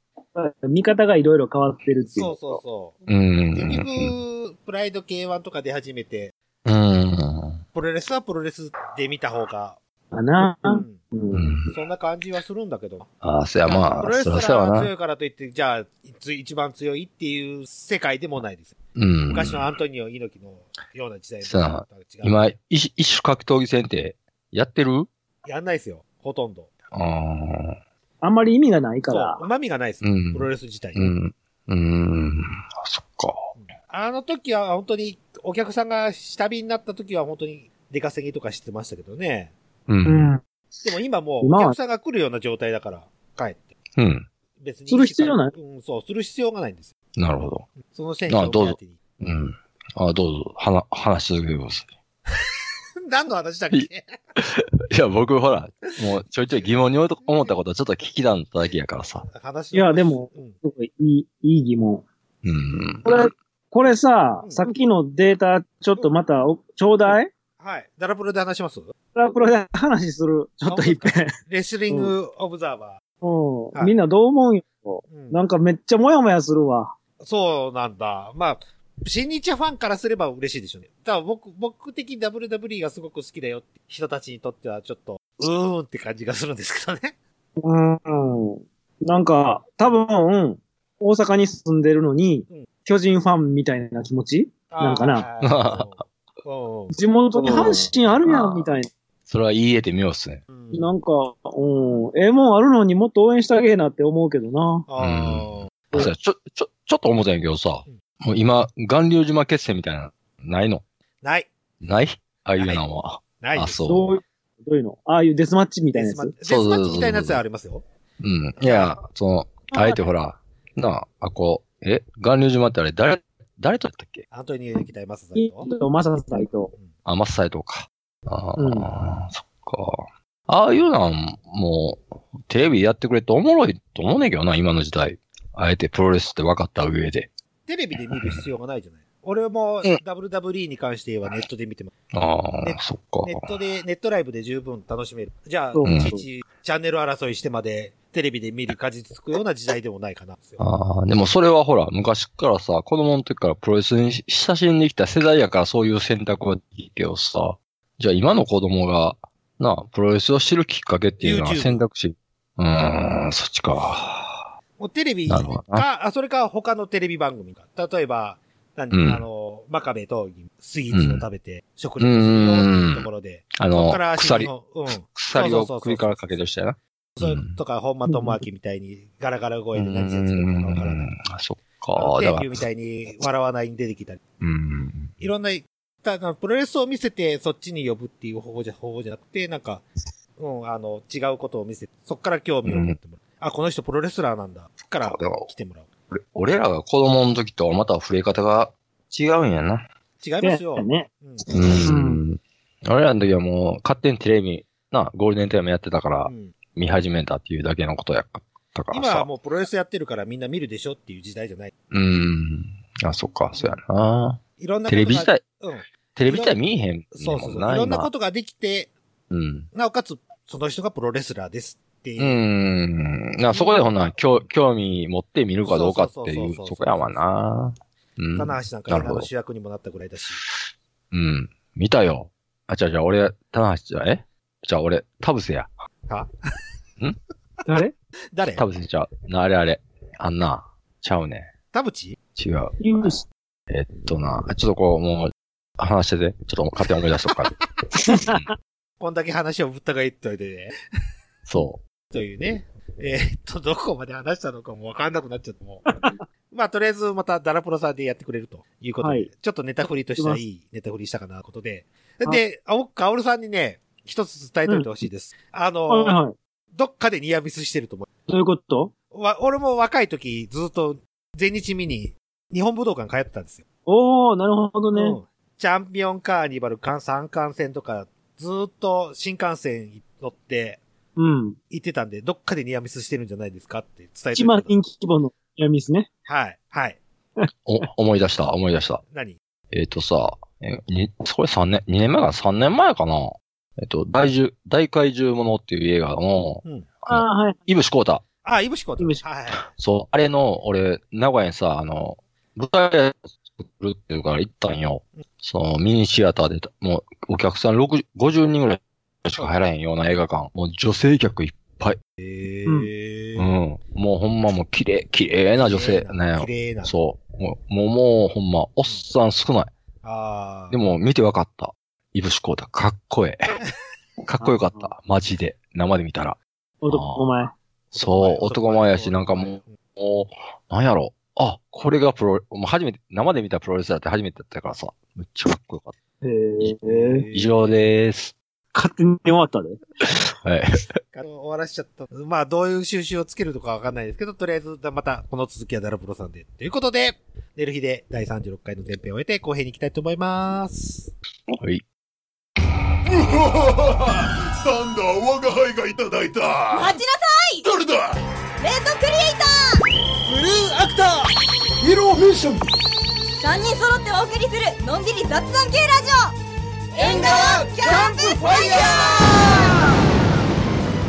G: 見方がいろいろ変わってるって
A: そ
G: いうの
A: うそう
G: と。
A: そう。
B: うん
A: 結局、プライド K1 とか出始めて、
B: うん。うん。
A: プロレスはプロレスで見た方が、
G: かな、
A: うん、
G: うん
B: うん。
A: そんな感じはするんだけど。
B: ああ、そやま
A: プ
B: あ
A: ロ、レス
B: そ
A: ラ
B: らそ
A: ー
B: やわ
A: が
B: な
A: 強。いからといって、じゃあ、いつ一番強いっていう世界でもないです。
B: うん。
A: 昔のアントニオ猪木のような時代
B: そうなの
A: とは違う
B: 今、一一種格闘技戦ってやってる
A: やんないですよ。ほとんど。
B: ああ。
G: あんまり意味がないか
A: そう
G: ら。。
A: うまみがないです。
B: うん
A: プロレス自体。
B: うん。うん。あ、そっか。
A: あの時は本当に、お客さんが下火になった時は本当に出稼ぎとかしてましたけどね。
B: うん。
G: うん。
A: でも今もう、
G: 今
A: お
G: は
A: 客さんが来るような状態だから、帰って。
B: うん。
A: 別に。
G: する必要ない
A: うん、そう、する必要がないんですよ。
B: なるほど。
A: その選手を目当てに。
B: うん。あ、どうぞ、はな、話し続けてくださ
A: 何の話だっけ
B: い。いや、僕、ほら、もう、ちょいちょい疑問に思ったことはちょっと聞きだっただけやからさ。
A: 話
G: いやでも、
A: うん
G: すごいいい、いい疑問。
B: うん。
G: これ、これさ
A: う、ん
G: さっきのデータ、ちょっとまたお、ちょうだい
A: はい。ダラプロで話します
G: プラプロで話する。ちょっといっぺん。
A: レスリングオブザーバ
G: う
A: はい
G: ん。みんなどう思うんよ。
A: ー。うん
G: なんかめっちゃもやもやするわ。
A: そうなんだ。まあ、新日ファンからすれば嬉しいでしょうね。ただ僕、僕的に WWE がすごく好きだよって人たちにとってはちょっと、うーんって感じがするんですけどね。
G: うん。なんか、多分、大阪に住んでるのに
A: うん、
G: 巨人ファンみたいな気持ち なんかな
A: あー。うん
G: 地元に阪神あるやん、みたいな。
B: それは言い得てみようっすね。
A: うんうん。
G: なんか、うん。ええもんあるのにもっと応援したげえなって思うけどな。
A: あ
B: そやちょ、ちょ、ちょっと思ったんやけどさ
A: うん、
B: もう今、巌流島決戦みたいな、ないの
A: ーない。
B: ないああいうのは。
A: ないで
B: あ、
A: す。
B: そう。
G: どういう、どういうのああいうデスマッチみたい
A: デ
G: な
A: ス
G: や
A: マッ
G: つ
A: チデスマッチみたいなやつはありますよ。
B: うん。いや、その、あえてほら、なあ、あこう、え、巌流島ってあれ、誰、誰とやったっけ
A: アントニオ猪木対マサさん
G: いい
A: と。
G: と、マサさんと。
B: あ、マッサイとか。ああ、
G: うん
B: そっか。ああいうのは、もう、テレビやってくれっておもろいと思うねんけどな、今の時代。あえてプロレスって分かった上で。
A: テレビで見る必要がないじゃない。俺も
B: うん
A: WWE に関して言えばネットで見てます。
B: あ
A: ね
B: あ、そっか。
A: ネットで、ネットライブで十分楽しめる。じゃあ、
G: そう
A: い
B: ん
A: ちいちチャンネル争いしてまでテレビで見る感じつくような時代でもないかな。
B: ああ、でもそれはほら、昔からさ、子供の時からプロレスに親しんできた世代やからそういう選択はできるけどさ、じゃあ今の子供が、なあ、プロレスを知るきっかけっていうのは
A: YouTube
B: 選択肢。うーん、そっちか。
A: もうテレビ
B: なるほど
A: か、あ、それか他のテレビ番組か。例えば、何、
B: うん
A: あの、真壁とスイーツを食べて、食事
B: う
A: を
B: ん
A: するよっていうところで、
B: あ
A: そこ
B: の
A: から、
B: 鎖、
A: の、うん。
B: 鎖
A: そう
B: を
A: そうそうそう
B: 首からかける人やな。
A: そうれ
B: ん
A: とか、本間智明みたいにガラガラ声で何やってるのかわからない。
B: あそっ
A: あの
B: か。だ
A: 天
B: か
A: 竜
B: ら
A: み、たいに笑わないに出てきたり。
B: うん。
A: いろんな、ただ、プロレスを見せてそっちに呼ぶっていう方法じゃ、方法じゃなくて、なんか、うん、あの、違うことを見せて、そっから興味を持ってもらう。あ、この人プロレスラーなんだ。そっから
B: でも
A: 来てもらう。
B: 俺俺らが子供の時とはまた触れ方が違うんやな。
A: 違いますよ。
G: ね。
A: うん
B: うん。俺らの時はもう勝手にテレビ、な、ゴールデンタイムやってたから
A: う、ん
B: 見始めたっていうだけのことやったから
A: 今は
B: さ。
A: もうプロレスやってるからみんな見るでしょっていう時代じゃない。
B: うん。あ、そっか、そうやな。
A: いろんなこ
B: テ
A: とが
B: レビ自体、
A: うん。
B: テレビ自体見えへん
A: そ
B: も
A: うそうんそう。
B: な、
A: いろんなこ
B: 今。
A: とができて、
B: うん。
A: なおかつ、その人がプロレスラーですって
B: う
A: いう。
B: ん。なそこでほんな、興興味持って見るかどうかって
A: そう
B: い
A: そうそ
B: う、
A: うそう
B: そこやわな。うん。
A: 棚橋なんか映画の主役にもなったぐらいだし。
B: うん。見たよ。あ、じゃあじゃあ俺、棚橋じゃ、えじゃあ俺、田臥や。
G: 誰
A: 誰
B: 田臥ちゃう。な、あれあれ。あんな。ちゃうね。
A: 田淵
B: 違う。
G: ユース。
B: えっとな、ちょっとこう、もう、話してて。ちょっと勝手に思い出しとくから。
A: こんだけ話をぶったがいっといてね。
B: そ
A: というね。 えーっと、どこまで話したのかもわかんなくなっちゃって もう。まあ、とりあえずまたダラプロさんでやってくれるということで、
G: はい
A: ちょっとネタ振りとしてはいいネタ振りしたかなことで。
G: あ
A: で、青、カオルさんにね、一つ伝えておいてほしいです。あの、
G: はいはい。
A: どっかでニアミスしてると思
G: どういうこと
A: う。わ、俺も若い時、ずっと、全日見に、日本武道館通ってたんですよ。
G: おー、なるほどね。
A: うんチャンピオンカーニバル、関三幹線とか、ずーっと新幹線乗って、
G: うん。
A: 行ってたんで、どっかでニアミスしてるんじゃないですかって伝えて
G: 1万人規模のニアミスね。
A: はい、はい。
B: お、思い出した、思い出した。
A: 何
B: えっ、とさ、え、に、これ3年、2年前かな ?3 年前かなえっ、と、大獣、大怪獣ものっていう映画の、
G: ああー、はい。
B: イブシコータ。
A: あ、イブシコだ
G: イブシ
A: はいはい。
B: そう、あれの、俺、名古屋にさ、あの、舞台作るっていうから行ったんよ。その、ミニシアターで、もう、お客さん60 50人ぐらいしか入らへんような映画館。もう女性客いっぱい。
A: えー。
B: うん。もうほんまもう綺麗、綺麗な女性
A: 綺
B: ね。
A: 麗な。
B: そう。もう、もうもうほんま、おっさん少ない。
A: ああ。
B: で、も見てわかった。イブシコータ、かっこえ え。かっこよかった。マジで。生で見たら。
G: 男前。
B: そう、男前やし、なんかもう、もう、なんやろ。あ、これがプロ、もう初めて、生で見たプロレスだって初めてだったからさ、めっちゃかっこよかった。
G: へ
A: え
G: え。
B: 以上でーす。
G: 勝手に終わったで。
B: はい。
A: あの終わらしちゃった。まあ、どういう収集をつけるとかわかんないですけど、とりあえず、また、この続きはダラプロさんで。ということで、寝る日で第36回の前編を終えて、後編に行きたいと思います。
B: はい。
H: サンダー我が輩がいただいた
I: 待ちなさ
H: 誰だ
I: いレッドクリエイ
H: ブルー
I: タ
H: アクターイエローフィッション
I: ー3人揃ってお送りするのんびり雑談系ラジオ縁側キャンプファイ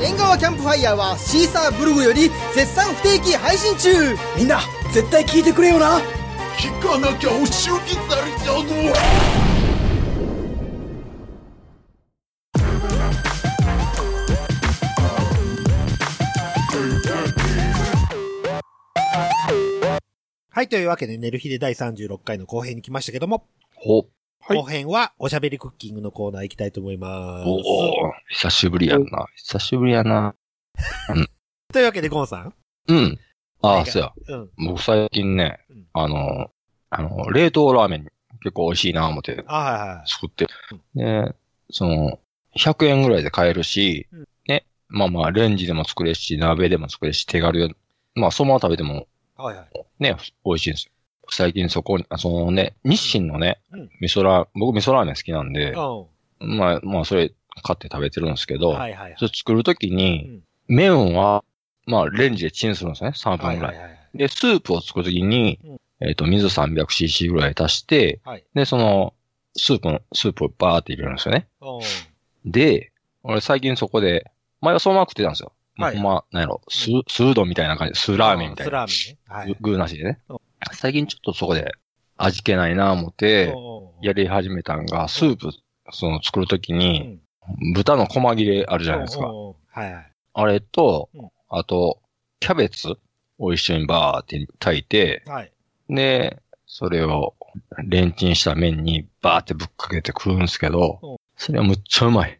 I: ヤ
J: 縁側キャンプファイヤーはシーサーブログより絶賛不定期配信中みんな絶対聞いてくれよな
H: 聞かなきゃお仕置きされちゃうぞ
A: はい、というわけで、寝る日で第36回の後編に来ましたけども、
B: ほ、
C: はい
A: 後編は、おしゃべりクッキングのコーナー行きたいと思います。
B: おお久しぶりやんな。久しぶりやな。
A: というわけで、ゴンさん。
B: うん。あ
A: は
B: あ、
A: い
B: そうや。
A: うん。
B: 僕最近ね
A: うん、
B: あの、あの、冷凍ラーメン結構美味しいな思って
A: あはいはい。
B: 作って。で、その、100円ぐらいで買えるし、
A: うん
B: ね、まあまあ、レンジでも作れるし、鍋でも作れるし、手軽やまあ、そのまま食べても
A: はいはい。
B: ね、美味しいんですよ。最近そこに、あそのね、日清のね、
A: うん
B: 味噌ラー、僕味噌ラーメン好きなんで、
A: う
B: まあ、まあ、それ買って食べてるんですけど、
A: ん。はいはいはい。
B: それ作るときに、麺は、まあ、レンジでチンするんですね、3分ぐらい。
A: はいはいはい。
B: で、スープを作るときに、
A: うん
B: えっ、と、水 300cc ぐらい足して、
A: はい
B: で、その、スープの、スープをバーって入れるんですよね。
A: うん。
B: で、俺最近そこで、前はそのまま食ってたんです
A: は
B: よ。
A: い
B: まあほんま、なんやろ、ス、スードみたいな感じ、スーラーメンみたい
A: ス
B: な。
A: ラーメンね。はい。
B: グーなしでね
A: う。
B: 最近ちょっとそこで味気ないな思っ
A: う
B: て
A: ん、うんうん
B: やり始めたんが、スープ、その作るとき
A: う
B: に、
A: ん
B: 豚の細切れあるじゃないです
A: う
B: か。
A: んうんうんはいはい。
B: あれと
A: うん、
B: あと、キャベツを一緒にバーって炊いて、
A: はい。
B: で、それをレンチンした麺にバーってぶっかけて食うんすけ
A: うん
B: ど、それはむっちゃうまい。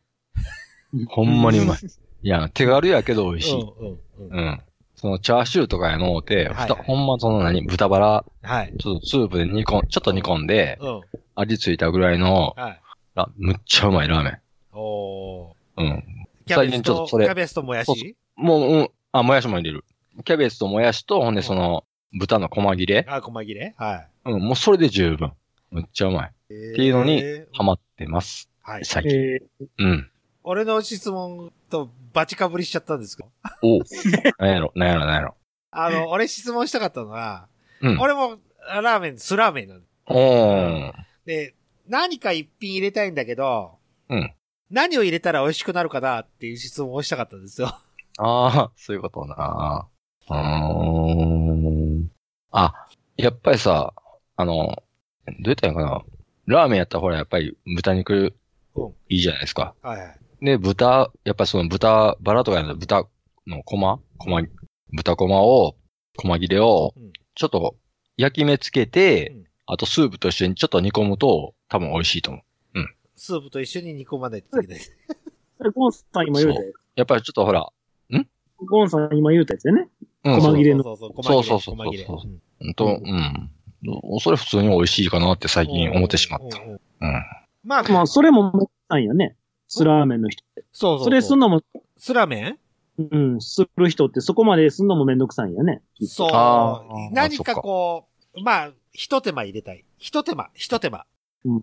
B: ほんまに うまい。いや、手軽やけど美味しい。
A: うんうんう。
B: うんん。そのチャーシューとかやのうて、
A: はいはい
B: ふたほんまその何、豚バラ、
A: はい。
B: ちょっとスープで煮込ん、ちょっと煮込んで、
A: うん。
B: 味ついたぐらいの、
A: はい。
B: あむっちゃうまいラーメ
A: おー。
B: ン。うん。
A: キャベツ
B: 最近ちょ
A: と、
B: っと
A: キ
B: それ
A: ャベツともや
B: そうそ
A: し
B: もう、うん。あ、もやしも入れる。キャベツともやしと、ほんでその、豚の細切れ。
A: あ、細切れは
B: うん。もうそれで十分。むっちゃうまい。
A: い。って
B: いうのにハマってます。
A: はい。
B: 最近。
C: えー
B: うん。
A: 俺の質問とバチかぶりしちゃったんですけど。
B: おう。 なんやろ、なんやろ、なんやろ。
A: あの、俺質問したかったのは、
B: うん。
A: 俺もラーメン、酢ラーメンなんです
B: おー。
A: で、何か一品入れたいんだけど、
B: うん
A: 何を入れたら美味しくなるかなっていう質問をしたかったんですよ。
B: ああ、そういうことな。うーん。あ、やっぱりさ、あの、どう言ったらいいのかな。ラーメンやったらほら、やっぱり豚肉
A: うん、
B: いいじゃないですか。
A: はいはい。
B: で、豚、やっぱりその豚、バラとかやの豚のコマコマ、豚コマを、コマ切れを
A: うん、
B: ちょっと焼き目つけて、
A: うん
B: あとスープと一緒にちょっと煮込むと、多分美味しいと思う。
A: スープと一緒に煮込まないといけないです。
G: それゴンさん今言うたや
B: やっぱりちょっとほら、
G: つ。ゴンさん今言うたやつよね。
B: うん、
G: 細切れの
A: そうそうそう。
B: そうそうそう
A: 細切れ。
B: そうそ
A: 細
B: う
A: 切れ
B: うんと、うん。それ普通に美味しいかなって最近思ってしまった。
A: うんうんうん
B: うん。
A: まあ、そう
G: まあ、それも持ったんやね。スラーメンの人。
A: そうそう。
G: それすんのも、
A: スラーメン
G: ううん、する人ってそこまですんのもめんどくさいんやね。
A: そう。何かこう、まあ、一手間入れたい。一手間、一手間。
G: うん。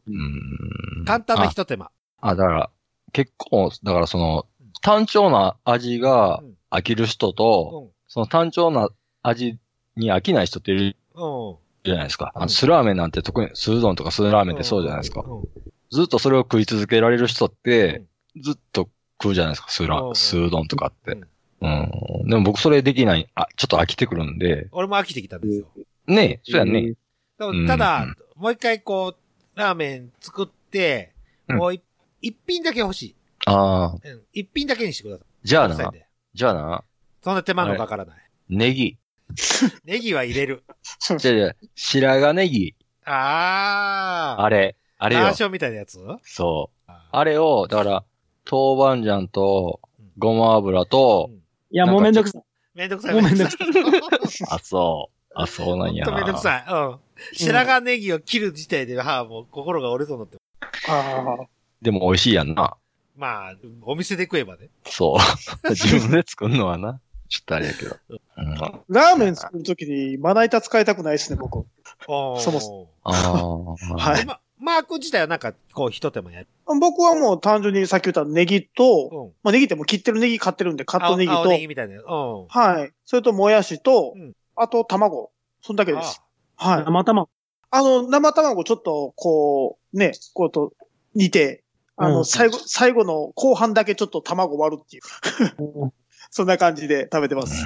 A: 簡単な一手間。
B: あ、だから、結構、だからその、単調な味が飽きる人と、その単調な味に飽きない人っているじゃないですか。あの、スラーメンなんて特に、スードンとかスーラーメンってそうじゃないですか。ずっとそれを食い続けられる人って、ずっと食うじゃないですか、スーラ、スードンとかって。うん。でも僕それできない、あ、ちょっと飽きてくるんで。
A: 俺も飽きてきたんですよ。
B: ねえ、そうやね。
A: ただ、もう一回こう、ラーメン作って、もう一品だけ欲しい。
B: ああ。
A: 一品だけにしてください。
B: じゃあな。じゃあな。
A: そんな手間のかからない。
B: ネギ。
A: ネギは入れる。
B: じゃじゃ白髪ネギ。
A: あ
B: あ。あれ、あれよ。
A: ラーションみたいなやつ
B: そう。あれを、だから、豆板醤と、ごま油と、
G: いや、もうめんどくさい。
A: めんどくさい。
G: もうめんどくさい。
B: あ、そう。あ、そうなんや。
A: ほんとめんどくさい。うん。白髪ネギを切る自体で、はあ、もう心が折れそうになって。
C: ああ。
B: でも美味しいやんな。
A: まあ、お店で食えばね。
B: そう。 自分で作るのはな。ちょっとあれやけど。うん、
C: ラーメン作るときにまな板使いたくないですね、僕。
A: ああ。
C: そもそ
B: も。
C: ああ。はい。
A: ま、マーク自体はなんか、こう、一手間やる。
C: 僕はもう単純にさっき言ったネギと、まあネギってもう切ってるネギ買ってるんで、カットネギと。
A: ネギみたいな。うん。
C: はい。それともやしと、あと卵。そんだけです。はい。
G: 生卵。
C: あの、生卵ちょっと、こう、ね、こうと、煮て、あの、最後、最後の後半だけちょっと卵割るっていう。 そんな感じで食べてます。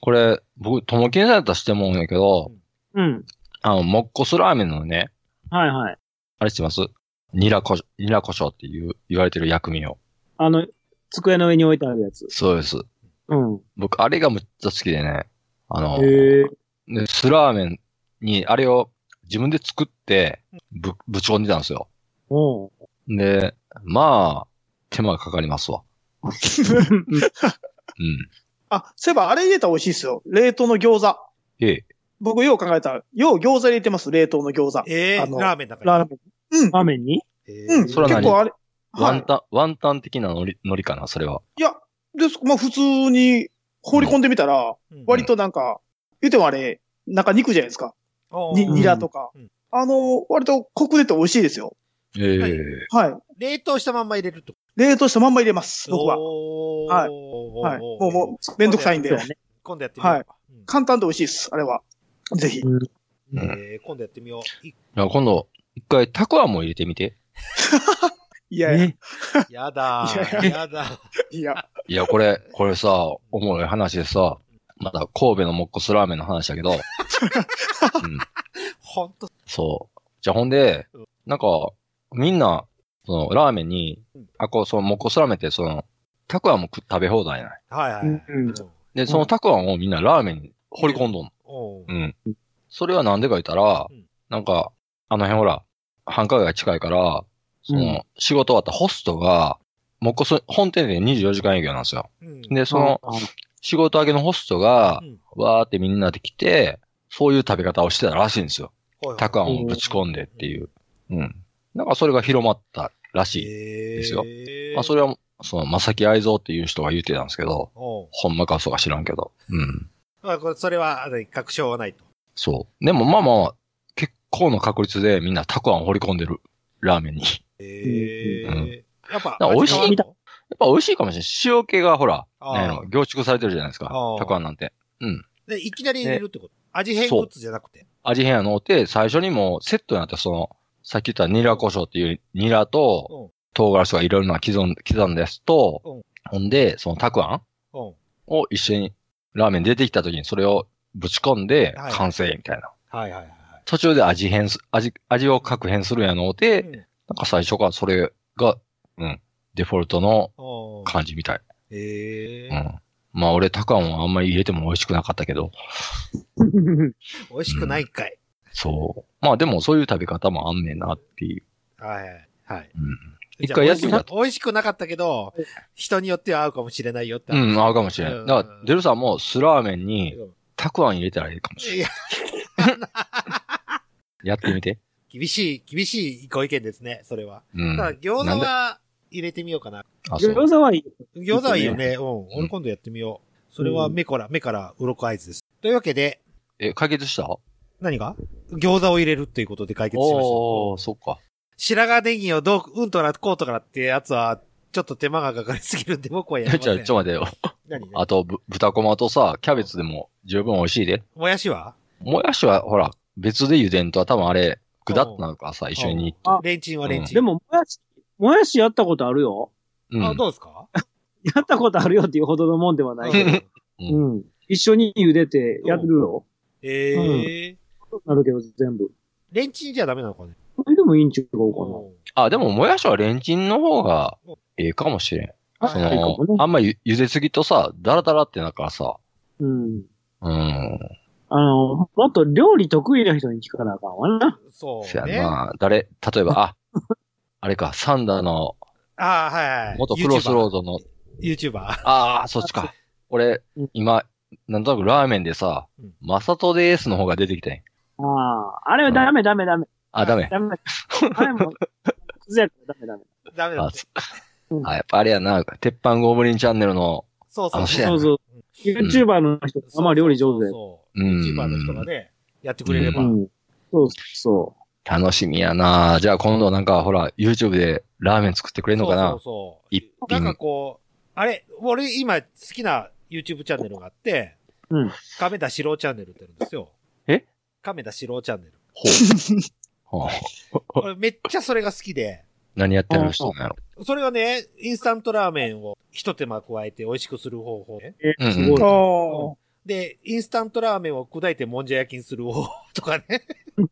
B: これ、僕、ともきんさんとしてもんやけ
G: ど、うん。
B: あの、もっこすラーメンのね。
G: はいはい。
B: あれ知ってますニラこしょ、ニラこしょっていう、言われてる薬味を。
G: あの、机の上に置いてあるやつ。
B: そうです。
G: うん。
B: 僕、あれがむっちゃ好きでね。あの、
G: へ
B: スラーメンに、あれを自分で作って、ぶ、ぶち込んでたんですよ。
G: お う
B: で、まあ、手間がかかりますわ。うん。
C: あ、そういえばあれ入れたら美味しいですよ。冷凍の餃子。
B: ええ。
C: 僕、よう考えたら、よう餃子入れてます、冷凍の餃子。
A: ええー、
C: あの
A: ラーメンだから。
C: ラーメン。うん。
G: ラーメンに
B: ええー、うん、それは
C: 結構あれ。
B: ワンタン、はい、ワンタン的なのり、のりかな、それは。
C: いや、です、まあ普通に放り込んでみたら、うん、割となんか、言うてもあれ、なんか肉じゃないですか。に、ニラとか。うんうん、あの、割とコク出て美味しいですよ。
B: ええ
C: ー、はい。
A: 冷凍したまんま入れると。
C: 冷凍したまんま入れます、僕は。はい。はい。もう、もう、めんどくさいんで。
A: 今度やってみよう。はい。
C: 簡単で美味しいです、あれは。ぜひ。
A: えー、今度やってみよう。い
B: や、今度、一回、たくあんも入れてみて。
C: いやい
A: や。やだやだ
C: いや。
B: いや、こ れ、これさ、おもろい話でさ、まだ神戸のもっこすラーメンの話だけど。うん。
A: ほんと。
B: そう。じゃあほんで、なんか、みんな、その、ラーメンに、あ、こう、その、もこすラーメンって、その、たくあんも食べ放題ない。
A: はいはい。
B: で、そのたくあんをみんなラーメンに掘り込んどんの。うん。それはなんでか言ったら、なんか、あの辺ほら、繁華街が近いから、その、仕事終わったホストが、もこす、本店で24時間営業なんですよ。で、その、仕事明けのホストが、わーってみんなで来て、そういう食べ方をしてたらしいんですよ。たくあんをぶち込んでっていう。うん。なんかそれが広まったらしいですよ。えー、まあそれは、その、まさき愛蔵っていう人が言ってたんですけど、ほんまかそうか知らんけど。うん。
A: まあそれは、確証はないと。
B: そう。でもまあまあ、結構の確率でみんなたくあん掘り込んでる。ラーメン に。
A: えー、うん、やっぱ、
B: 美味しい。やっぱ美味しいかもしれない。塩気がほら、あ凝縮されてるじゃないですか。たくあんなんて。うん。
A: で、いきなり入れるってこと味変グッズじゃなくて。
B: 味変やのって、最初にもセットになったその、さっき言ったニラ胡椒っていうニラと、唐辛子がいろいろな刻ん刻んですと、ほんで、そのたくあんを一緒にラーメン出てきた時にそれをぶち込んで完成みたいな。
A: はいはいはい。
B: 途中で味変す、味、味を確変するんやので、なんか最初からそれが、うん、デフォルトの感じみたい。
A: ええ
B: うん。まあ俺、たくあんはあんまり入れても美味しくなかったけど。
A: 美味しくないかい。。
B: そう。まあでもそういう食べ方もあんねんなっていう
A: はい。はい。
B: うん。一回やってみた。
A: 美味しくなかったけど、人によっては合うかもしれないよって
B: う。ん、合うかもしれない。だから、デルさんもスラーメンに、たくあん入れたらいいかもしれない。やってみて。
A: 厳しい、厳しいご意見ですね、それは。うん、ただ、餃子は、入れてみようかな。
B: あそう
G: 餃子はいい。
A: 餃子はいいよね。うん。俺今度やってみよう。それは目から、目から鱗合図です。というわけで、
B: え、解決した
A: 何が餃子を入れるっていうことで解決しました。
B: おー、そっか。
A: 白髪ネギをどう、うんとらこうとからってやつは、ちょっと手間がかかりすぎるんで僕はや
B: え、
A: りま
B: じ
A: せ
B: ゃ
A: ん
B: あ、ちょ、待てよ。
A: 何何
B: あと、ぶ豚こまとさ、キャベツでも十分美味しいで。
A: もやしは
B: もやしは、ほら、別で茹でんとは多分あれ、ぐだっとなるからさ、一緒に。
A: あレンチンはレンチン。
G: でも、もやし、もやしやったことあるよ。
B: うん。
A: あ、どうですか
G: やったことあるよっていうほどのもんではないけど。
B: う
G: うん。一緒に茹でてやるよ。
A: ええー。
G: なるけど、全部。
A: レンチンじゃダメなのかね。
G: それでもいいんちゅうかおうかな。
B: あ、でも、もやしはレンチンの方が、ええかもしれん。そ
G: いいか
B: の
G: もね、
B: あんまゆ茹ですぎとさ、ダラダラってなるからさ、
G: うん。
B: うん。
G: あの、もっと料理得意な人に聞かなあかんわな。
A: そ
B: せ
A: う
B: や
A: ね。あ
B: な、誰、例えば、あ、 あれか、サンダーの、
A: あー、はいはい。
B: 元クロスロードの、
A: YouTuber。
B: ああ、そっちか。俺、今、なんとなくラーメンでさ、マサトでエースの方が出てきたんや
G: ああ、あれはダメダメダメ。
B: あ、ダメ。
G: ダメ。あれも、崩れたらダメ ダメ。
A: ダメだ
B: あ
A: って。、
B: そあやっぱあれやな、鉄板ゴブリンチャンネルの、
A: そうそ
B: あ
A: う。
B: の人や
G: そうそう。YouTuber の人、あんま料理上手で。
A: そうう。YouTuber の人が
B: ん。
A: ね、やってくれれば
G: う。ん。そうそ
B: 楽しみやな。じゃあ今度なんか、ほら、YouTube でラーメン作ってくれんのかな
A: そうそう
B: 一
A: そう。なん
B: 品
A: か。こう、あれ、俺今好きな YouTube チャンネルがあって、
G: う。うん。
A: 亀田四郎チャンネルってあるんですよ。
B: え
A: 亀田四郎チャンネル。
B: ほう
A: 俺めっちゃそれが好きで、
B: 何やってる人なんやろ。
A: それはね、インスタントラーメンを一手間加えて美味しくする方法ね。
G: え
B: うんうん
G: すごい。
C: あ
A: で、インスタントラーメンを砕いてもんじゃ焼きにする方法 とかね。
B: う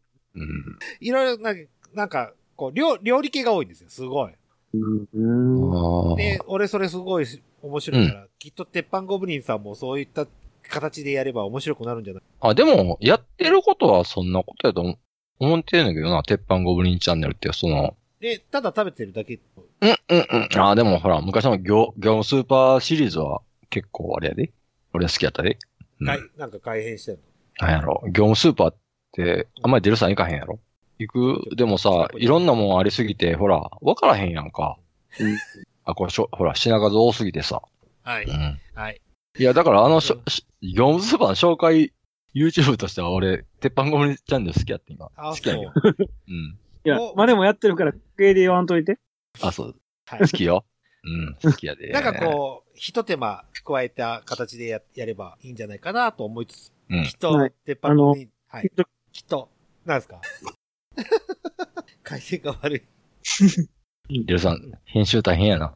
B: ん
A: いろいろな、なんか、こう、料料理系が多いんですよ。すごい。
G: うん。
B: あー
A: で、俺それすごい面白いから、きっと鉄板ゴブリンさんもそういった形でやれば面白くなるんじゃない
B: あ、でも、やってることはそんなことやと思思ってんだけどな、鉄板ゴブリンチャンネルって、その、
A: で、ただ食べてるだけ。
B: うんうんうん。あー、でもほら、昔の業、業務スーパーシリーズは結構あれやで。俺は好きやったで。うん
A: はい、なんか改変してる
B: なんやろ。業務スーパーって、あんまり出るさん行かへんやろ。行く、でもさ、いろんなもんありすぎて、ほら、わからへんやんか。あ、これしょ、ほら、品数多すぎてさ。
A: の。は
B: う
A: い。
B: ん。
A: はい。
B: いや、だからあのしょ、し業務スーパーの紹介、YouTube としては俺、鉄板ゴムチャンネル好きやって今。
A: あ、
B: 好き
A: そ
B: や
A: う
B: よ。。うん。
G: いや、まあでもやってるから、系で言わんといて。
B: あ、そう。
A: はい
B: 好 きよ。うん、好きやで。
A: なんかこう、一手間加えた形でややればいいんじゃないかなと思いつつ、
B: うん
A: きっと
G: はい、
A: 鉄板の上に、は、
G: はい
A: きっと、なんですか 回線が悪い。
B: デルさん、編集大変やな。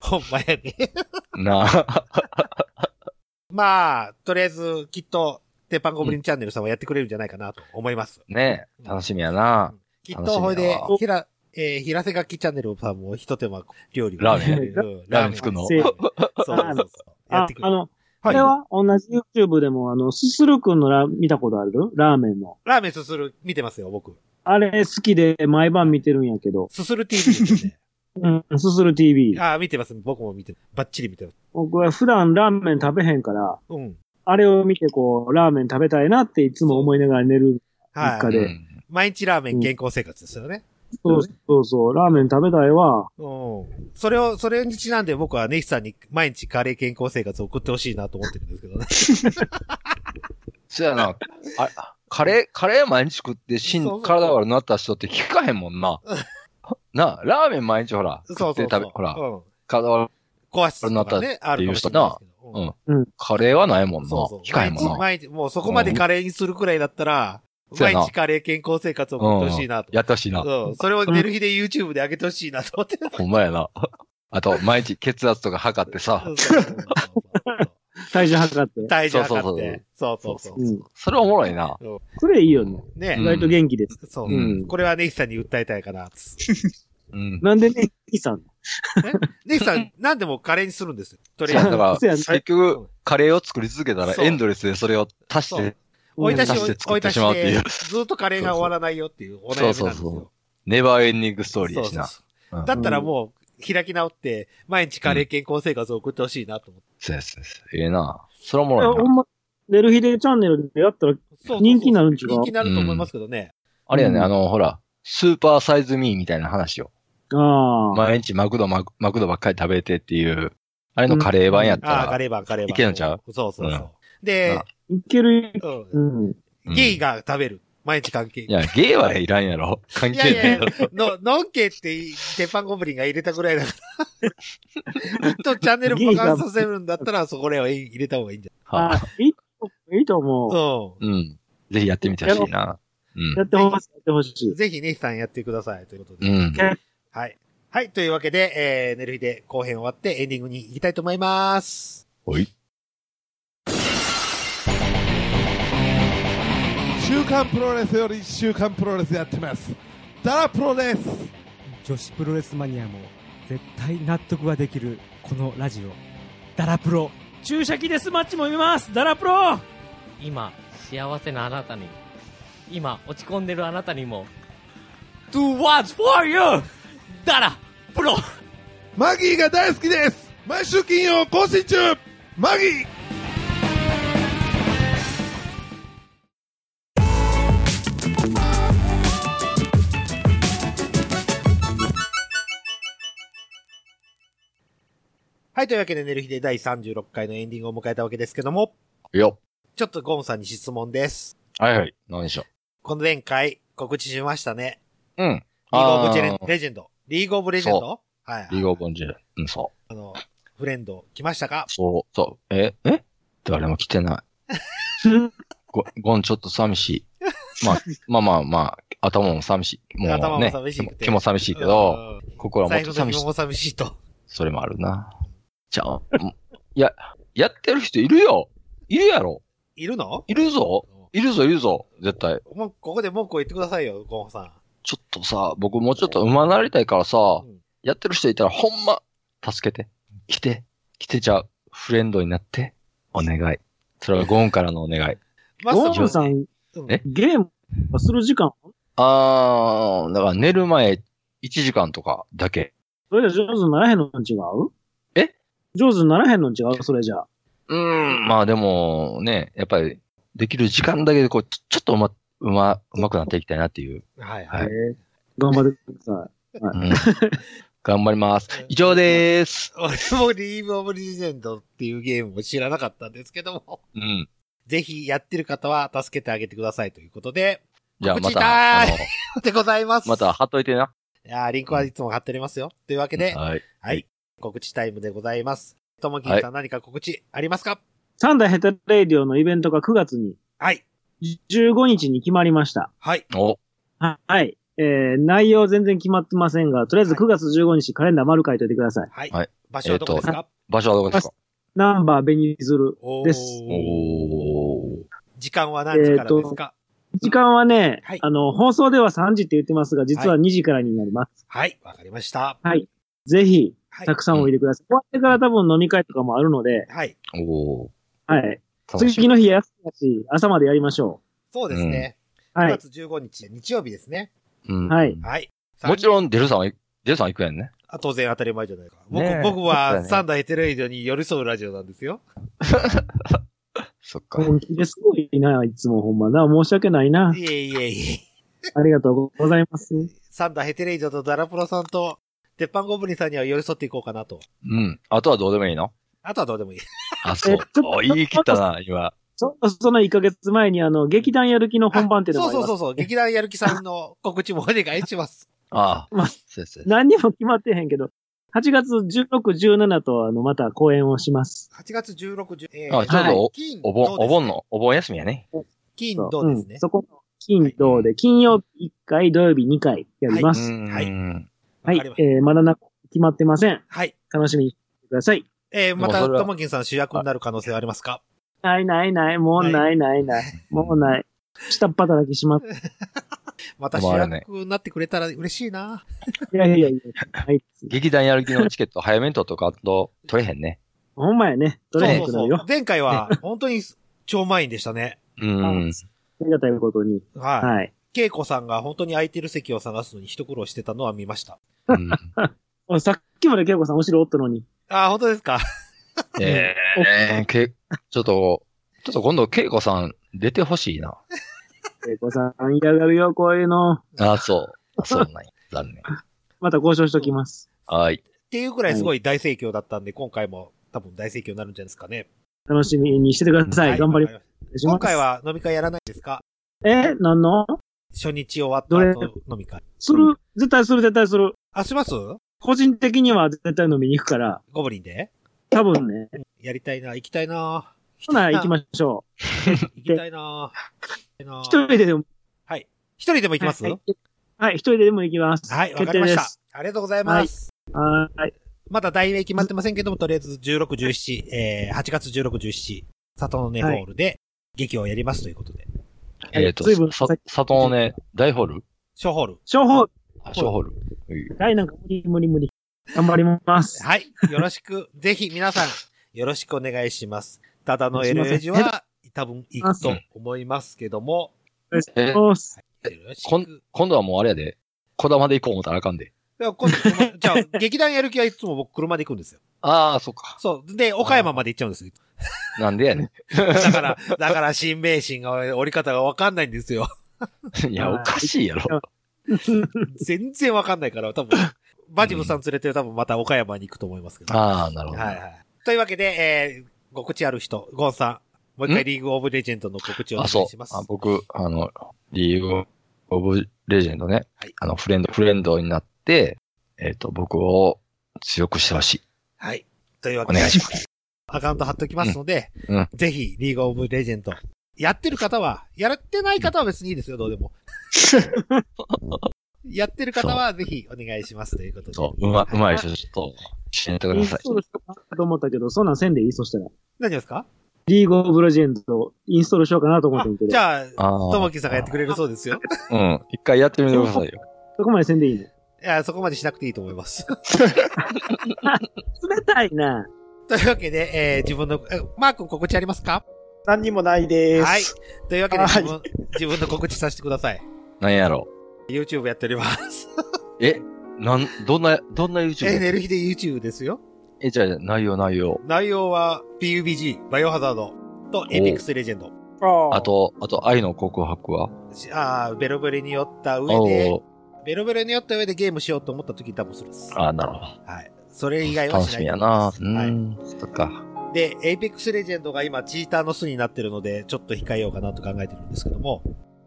A: ほんまやね。
B: な あ。
A: まあ、とりあえず、きっと、鉄板ゴブリンチャンネルさんはやってくれるんじゃないかなと思います。
B: ねえ、楽しみやな。
A: きっと、ほい
B: 楽し
A: で
B: みだわ、
A: ひら、えー、ひらせがきチャンネルさんも一手間料理を
B: ラーメ
G: ン
A: うん
B: ラーメン作る
A: ラ
B: の
A: ーメンそうそうそうそう。や
G: あ
A: って、く
G: あ
A: れる。
G: の、あれは同じ YouTube でも、あの、すするくんのラ見たことあるラーメンの。
A: ラーメンすする、見てますよ、僕。
G: あれ好きで毎晩見てるんやけど。
A: すする TV ですよ ね。
G: うん、すする TV。
A: ああ、見てます。僕も見てる。ばっちり見てます。
G: 僕は普段ラーメン食べへんから、
A: うん。
G: あれを見てこう、ラーメン食べたいなっていつも思いながら寝る。
A: は
G: 日課
A: い。
G: で
B: うん
A: 毎日ラーメン健康生活ですよね。
G: そうそうそう、ラーメン食べたいわ。
A: うん。それを、それにちなんで僕はネヒさんに毎日カレー健康生活を送ってほしいなと思ってるんですけどね。
B: そやな。あ、カレー、カレー毎日食って死ん
A: そうそう
B: 体悪くなった人って聞かへんもんな。なあ、ラーメン毎日ほら、
A: そうそ
B: 食
A: う
B: って
A: そう。
B: 食べ、ほら、
A: うん。
B: 体悪
A: 壊すとかね、あるかもしれないですけど。
B: うん
G: う
B: カレーはないもん
A: うん
B: な。
A: そうそう。
B: 聞かへんもんな。
A: 毎日、毎日もうそこまでカレーにするくらいだったら、
B: そう
A: 毎
B: やな
A: 日カレー健康生活を送ってほしいなと。
B: やってほしいな。
A: うん。それを寝る日で YouTube で上げてほしいなと思ってる。
B: ほんまやな。あと、毎日血圧とか測って
A: う
B: さ
A: ん、そ うそうそう
G: 体重測って。
A: 体重測って。そうそうそう。
G: うん。
B: それおもろいな。
G: それいいよね。
A: ね
B: う
G: 意
B: ん
G: 外と元気です。
A: そう。
B: うん
A: これはネヒさんに訴えたいかな。
B: うん。
G: なんでね、いいさん。
A: ネヒさん、何でもカレーにするんですよ。と
B: い
A: りあ
B: や
A: え
B: だ
A: ず。
B: か
G: そうや
B: ら、
G: ね
B: 結局、カレーを作り続けたら、
A: そう
B: エンドレスでそれを足し
A: そ
B: て
A: う、追い出し
B: 足
A: を
B: して、
A: 追
B: 作
A: い
B: って
A: 出
B: しまう
A: し
B: っていう
A: で、、ずっとカレーが終わらないよっていうお悩みなんですよ。
B: そうそうそうネバーエンディングストーリーやしな。
A: そうそう
B: うん
A: だったらもう、開き直って、毎日カレー健康生活を送ってほしいなと思って。
B: そうやそうやそうやええな。それお
G: い
B: も
G: や
B: ろいな
G: ほ。んま、寝る日でチャンネルでやったら、
A: そうそうそう
G: 人気になるん違う
A: 人気になると思いますけどね。
B: あれやね、
G: うん
B: あの、ほら、スーパーサイズミーみたいな話を。毎日マクド、マクマクドばっかり食べてっていう、あれのカレー版やったら、
A: ああ、カレーバー、カレーバー。
B: いけんちゃう
A: そうそうそう。
B: う
A: で
B: ん、
G: いける、うん。
B: うん
A: ゲイが食べる。毎日関係。
B: いや、ゲイはいらんやろ 関
A: いやい
B: 係ない
A: や
B: や
A: い
B: ろ
A: や、の、のんけって、鉄板ゴブリンが入れたぐらいだから。 とチャンネル爆発させるんだったら、そこらへん入れた方がいいんじ
B: は
G: あ、いい、いいと思
A: ゃ
G: う。
A: ないうん。
B: うん。ぜひやってみてほしいな。うん
G: や。ってほしい、やってほしい。
A: ぜひ、ネヒさんやってください。ということで。
B: うん。
A: はい。はい。というわけで、えー、寝る日で後編終わってエンディングに行きたいと思います。
B: おい。
K: 週刊プロレスより週刊プロレスやってます。ダラプロです。
L: 女子プロレスマニアも絶対納得ができるこのラジオダラプロ
M: 注射器デスマッチも見ますダラプロ
N: 今幸せなあなたに今落ち込んでるあなたにも
M: !Two words for you! ダラプロ
K: マギーが大好きです。毎週金曜更新中。マギー。
A: はい。というわけで、寝る日で第36回のエンディングを迎えたわけですけども、
B: よ。
A: ちょっとゴンさんに質問です。
B: はいはい。何でしょ
A: この前回告知しましたね。
B: う。うん。
A: リーグオブジェ
B: あ
A: レ
B: ー
A: レジェンド。リーグオブレジェンドはい。
B: リーグオブジェレンド。うん、そう。
A: あの、フレンド来ましたか
B: そう、そう。え、え誰も来 てない。ご、ごんちょっと寂しい。まあ、まあまあまあ、頭も寂しい。もうね、
A: 頭も寂しくて
B: 手も寂しいけど、心はもっ
A: 財
B: と
A: 布の
B: 寂し
A: 紐
B: い
A: も。寂しいと。
B: それもあるな。じゃあ、うんいや、やってる人いるよいるやろ
A: いるの
B: いるぞいるぞいるぞ絶対。
A: もう、ここで文句を言ってくださいよ、ゴンさん。
B: ちょっとさ、僕もうちょっと馬になりたいからさ、やってる人いたらほんま、助けて。来て。来てじゃあ、フレンドになって。お願い。それはゴーンからのお願い。
G: ゴーンさん、
B: え
G: ゲームをする時間、
B: あー、だから寝る前1時間とかだけ。
G: それじゃ上手にならへんの違う
B: え
G: 上手にならへんの違うそれじゃあ。
B: うーん、まあでもね、やっぱりできる時間だけでこう、ちょちょっとうま、うま、うまくなっていきたいなっていう。
A: はい
B: はい。
G: 頑張ってください。は い
B: うん頑張ります。以上でーす。
A: 俺もリーグオブレジェンドっていうゲームを知らなかったんですけども、
B: うん。
A: ぜひやってる方は助けてあげてくださいということで、
B: じゃあ
A: 告
B: ま
A: 知タ
B: た、あ
A: イム
B: の、
A: でございます。
B: また貼っといてな。
A: いやーリンクはいつも貼っておりますよ。というわけで、
B: はい。
A: はい。告知タイムでございます。ともきん
G: は
A: さん、
G: い
A: 何か告知ありますか
G: 三大ヘタレイディオのイベントが9月に、
A: はい。
G: 15日に決まりました。
A: はい。
B: お。
G: はい。えー、内容全然決まってませんが、とりあえず9月15日カレンダー丸書いておいてください。
A: はい。
B: はい。
A: 場所はどこですか
B: 場所はどこですか
G: ナンバーベニズルです。
B: おー。
A: 時間は何時からですか、
G: 時間はね、
A: はい
G: あの、放送では3時って言ってますが、実は
A: はい
G: 2時からになります。
A: はい。わかりました。
G: はい。ぜひ
A: は、い
G: たくさんおいでください。終わってから多分飲み会とかもあるので、
A: はい。
B: おー。
G: はい。
B: 楽しみ
G: 次の日休みだし、朝までやりましょ
A: そうですね。
G: うんはい
A: 9月15日、日曜日ですね。
B: うん。
G: はい。
A: はい。
B: もちろん、デルさんは、デルさんは行くやんね。
A: あ当然当たり前じゃないか。僕,、
B: ねえ
A: 僕
B: そうだ
A: は
B: ね
A: 三大ヘテレイドに寄り添うラジオなんです よ。
B: そっ
G: う。本気ですごいな、いつもほんまな。申し訳ないな。
A: いえいえいえ。
G: ありがとうございます。
A: 三大ヘテレイドとダラプロさんと、鉄板ゴブリンさんには寄り添っていこうかなと。
B: うん。あとはどうでもいいの
A: あとはどうでもいい。
B: あ、そう。お、言い切ったな、今。
G: ちょっとその1ヶ月前に、あの、劇団やる気の本番っていうの
A: そ
G: も
A: う
G: ありま
A: そう
G: す
A: そうそう。劇団やる気さんの告知もお願いします。
B: あ
G: まあ、
B: そうです。
G: 何にも決まってへんけど、8月16、17と、あの、また公演をします。
A: 8月16、10えー
B: あ、ちょうどお
A: 金、
B: お盆、
A: どうです
B: お盆の、お盆休みやね。
A: 金、土ですね
G: うん。そこの金、土で、金曜日1回、土曜日2回やります。
B: はい。
G: はい。えーまだな、決まってません。
A: はい。
G: 楽しみにしてください。
A: えー、また、
G: でもそれは
A: ともきんさん主役になる可能性はありますか
G: ないないない、もうないない ない、もうない。下っ働きします。
A: また主
B: 困らない
A: 役になってくれたら嬉しいな。
G: いやいやいや、はい。
B: 劇団やる気のチケット早めに取っとかんと取れへんね。
G: ほんまやね。取れへんくな
A: そう
G: るよ。
A: そうそう前回は、本当に超満員でしたね。
B: うん。
G: ありがたいことに。
A: はい。
G: はい。
A: 恵子さんが本当に空いてる席を探すのに一苦労してたのは見ました。
G: おさっきまで恵子さん後ろおったのに。
A: ああ、本当ですか
B: ええけ、ちょっと、ちょっと今度、恵子さん出てほしいな。
G: 恵子さん嫌がるよ、こういうの。
B: あ、そう。あそうなんや。残念。
G: また交渉しときます。
B: はい。って
A: いうくらいすごい大盛況だったんで、今回も多分大盛況になるんじゃないですかね。
G: 楽しみにしててください。はい、頑張ります。
A: 今回は飲み会やらないですか
G: え何の
A: 初日終わった後飲み会。
G: する絶対する、絶対する。
A: あ、します
G: 個人的には絶対飲みに行くから。
A: ゴブリンで
G: 多分ね。
A: やりたいな、行きたいな。
G: ほな、行きましょ
A: う。行きたいな。
G: 一人ででも。
A: はい。一人でも行きます、
G: はい、はい、一人でも行きます。
A: はい、わかりました。ありがとうございます。
G: はい。はい
A: まだ題名決まってませんけども、とりあえず16、17、えー、8月16、17、里の根ホールで、劇をやりますということで。
B: はい、えっ、ー、と、さ里の根、大ホール
A: 小ホール。
G: 小ホール。
B: 小ホール。、
G: はい、なんか無理無理無理。頑張ります。
A: はい。よろしく、ぜひ皆さん、よろしくお願いします。ただの L エジは、多分行くと思いますけども。
G: えー、はい
B: よろしく。今度はもうあれやで、小玉で行こう思ったらあかんで。
A: じゃあ、劇団やる気はいつも僕車で行くんですよ。
B: ああ、そっか。
A: そう。で、岡山まで行っちゃうんですよ。
B: なんでやねん。
A: だから、だから新名神が折り方がわかんないんですよ。
B: いや、おかしいやろ。
A: 全然わかんないから、多分、バジブさん連れて多分また岡山に行くと思いますけど。
B: ああ、なるほど。
A: はいはい。というわけで、えー、告知ある人、ゴンさん、もう一回リーグオブレジェンドの告知をお願いします。
B: あ、そう。僕、あの、リーグオブレジェンドね。はい、あの、フレンド、フレンドになって、で、えっ、ー、と、僕を強くしてほしい。
A: はい。というわけで。お願いします。アカウント貼っておきますので、うんうん、ぜひ、リーグオブレジェンド。やってる方は、やってない方は別にいいですよ、どうでも。 やってる方は、ぜひ、お願いします、ということで。
B: そう、うま、うまい人、ちょっと、死ねてください。
G: そうですか、と思ったけど、そんなんせんでいい、そしたら。
A: 何ですか
G: リーグオブレジェンド、インストールしようかなと思ってみて
A: じゃあ、ともきさんがやってくれるそうですよ。
B: うん、一回やってみてくださいよ。
G: そこまでせんでいいの、ね
A: いや、そこまでしなくていいと思います。
G: 冷たいな。
A: というわけで、えー、自分の、マー君告知ありますか
C: 何にもないです。
A: はい。というわけで、自分、自分の告知させてください。
B: 何やろ
A: う。YouTube やっております。
B: え、なん、どんな、どんな YouTube?
A: え、寝る日で YouTube ですよ。
B: え、じゃあ、内容内容。
A: 内容は、PUBG、バイオハザードとエピックスレジェンド。
B: あと、あと、愛の告白は
A: ああ、ベロベロに酔った上で、ベロベロに酔った上でゲームしようと思った時に多分するです。
B: ああ、なるほ
A: ど。はい。それ以外は
B: しない楽しみやなうん、はい、そっか。
A: で、エイペックスレジェンドが今チーターの巣になってるので、ちょっと控えようかなと考えてるんですけども。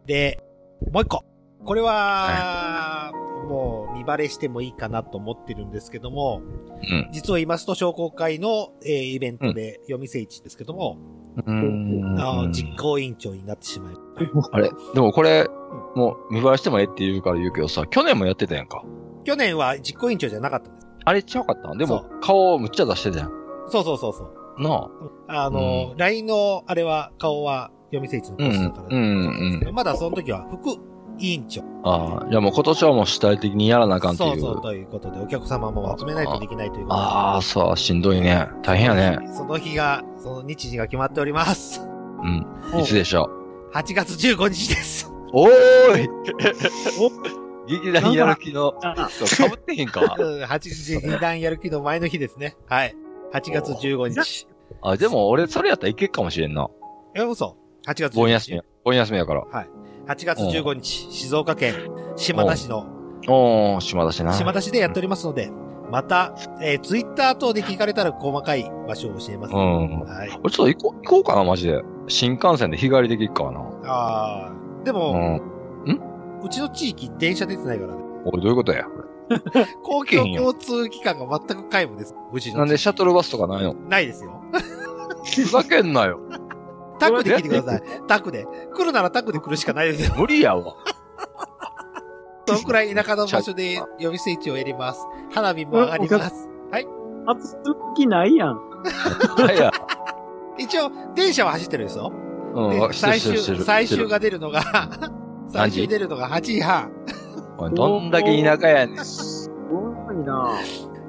A: で、もう一個。これは、はい、もう見バレしてもいいかなと思ってるんですけども、うん、実を言いますと商工会の、えー、イベントで、読み聖地ですけども、うん、あ実行委員長になってしまい
B: あれでもこれ、もう、見晴らしてもええって言うから言うけどさ、去年もやってたやんか。
A: 去年は実行委員長じゃなかったんです。
B: あれちゃうかったでも、顔むっちゃ出してたやん。
A: そうそうそうそう。
B: な
A: あ。あの、うん、LINE の、あれは、顔は、読み聖地のポストだから。うん、うん、うん。まだその時は、副委員長。
B: ああ、いやもう今年はもう主体的にやらなあかんっていう。そう
A: そう、ということで、お客様も集めないとできないということで。
B: ああ、そう、しんどいね。大変やね。
A: その日が、その日時が決まっております。
B: うん。いつでしょ
A: う。8月15日です。
B: おーい劇団やる気の、かぶってへんか
A: 8劇団やる気の前の日ですね。はい。8月15日。
B: あ、でも俺、それやったらいけるかもしれんな。
A: え、嘘。8月15日。
B: 盆休みや。盆休みやから。
A: はい。8月15日、静岡県島田市の。
B: おー、島田市な。
A: 島田市でやっておりますので、また、えー、ツイッター等で聞かれたら細かい場所を教えます、
B: ね。うん。はい。俺ちょっと行こ行こうかな、マジで。新幹線で日帰りできるかな。
A: あー。でも、うん、うちの地域、電車出てないからね。
B: おい、どういうことや
A: 公共交通機関が全く皆無です。
B: うちの。なんでシャトルバスとかないの
A: ないですよ。
B: ふざけんなよ。
A: タクで来てください。タクで。来るならタクで来るしかない ですよ。
B: 無理やわ。
A: そのくらい田舎の場所で呼びスイッチをやります。花火も上がります。はい。
G: 暑気ないやん。
B: や
A: 一応、電車は走ってるんですよ。うん、最終、最終が出るのが、 最終出るのが8時半。
B: どんだけ田舎やねん。
G: すごいな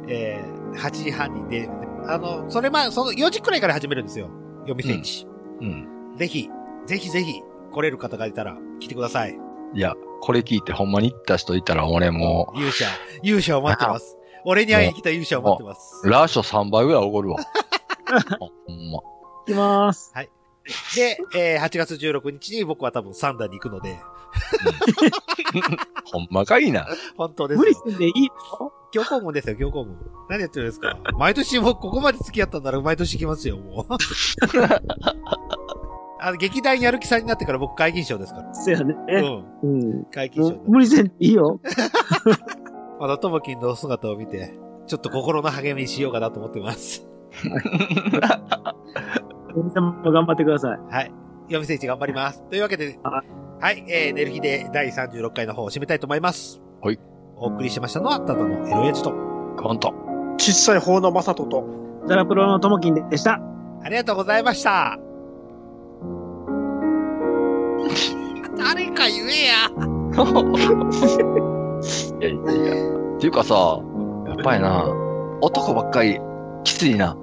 A: えー、8時半に出る。あの、それま、その4時くらいから始めるんですよ。予備選手。うん。うん、ぜひ、ぜひぜひ、来れる方がいたら来てください。
B: いや、これ聞いてほんまに行った人いたら俺も
A: う。勇者、勇者を待ってます。俺に会いに来た勇者を待ってます。
B: ラーショ3倍ぐらいおごる わ。ほんま。
G: 行きまーす。
A: はい。で、えー、8月16日に僕は多分サンダーに行くので。
B: ほんまかいな。
A: 本当ですよ。
G: 無理せんでいいよ。
A: 教皇門ですよ、教皇門。何やってるんですか毎年もうここまで付き合ったんなら毎年行きますよ、 もう。あの、劇団やる気さんになってから僕、皆勤賞ですから。
G: そうやね。
A: うん。うん。皆勤賞。
G: 無理せんでいいよ。
A: まだともきんのお姿を見て、ちょっと心の励みにしようかなと思ってます。
G: 皆さんも頑張ってください。
A: はい。読み聖地頑張ります。というわけで、はい、えー、寝る日で第36回の方を締めたいと思います。
B: はい。
A: お送りしましたのは、ただのエロエチと、
B: コント。
C: 小さい方のマサトと、
G: ダラプロのともきんでした。
A: ありがとうございました。誰か言えや。
B: いやいやいや。っていうかさ、やっぱりな、男ばっかり、きついな。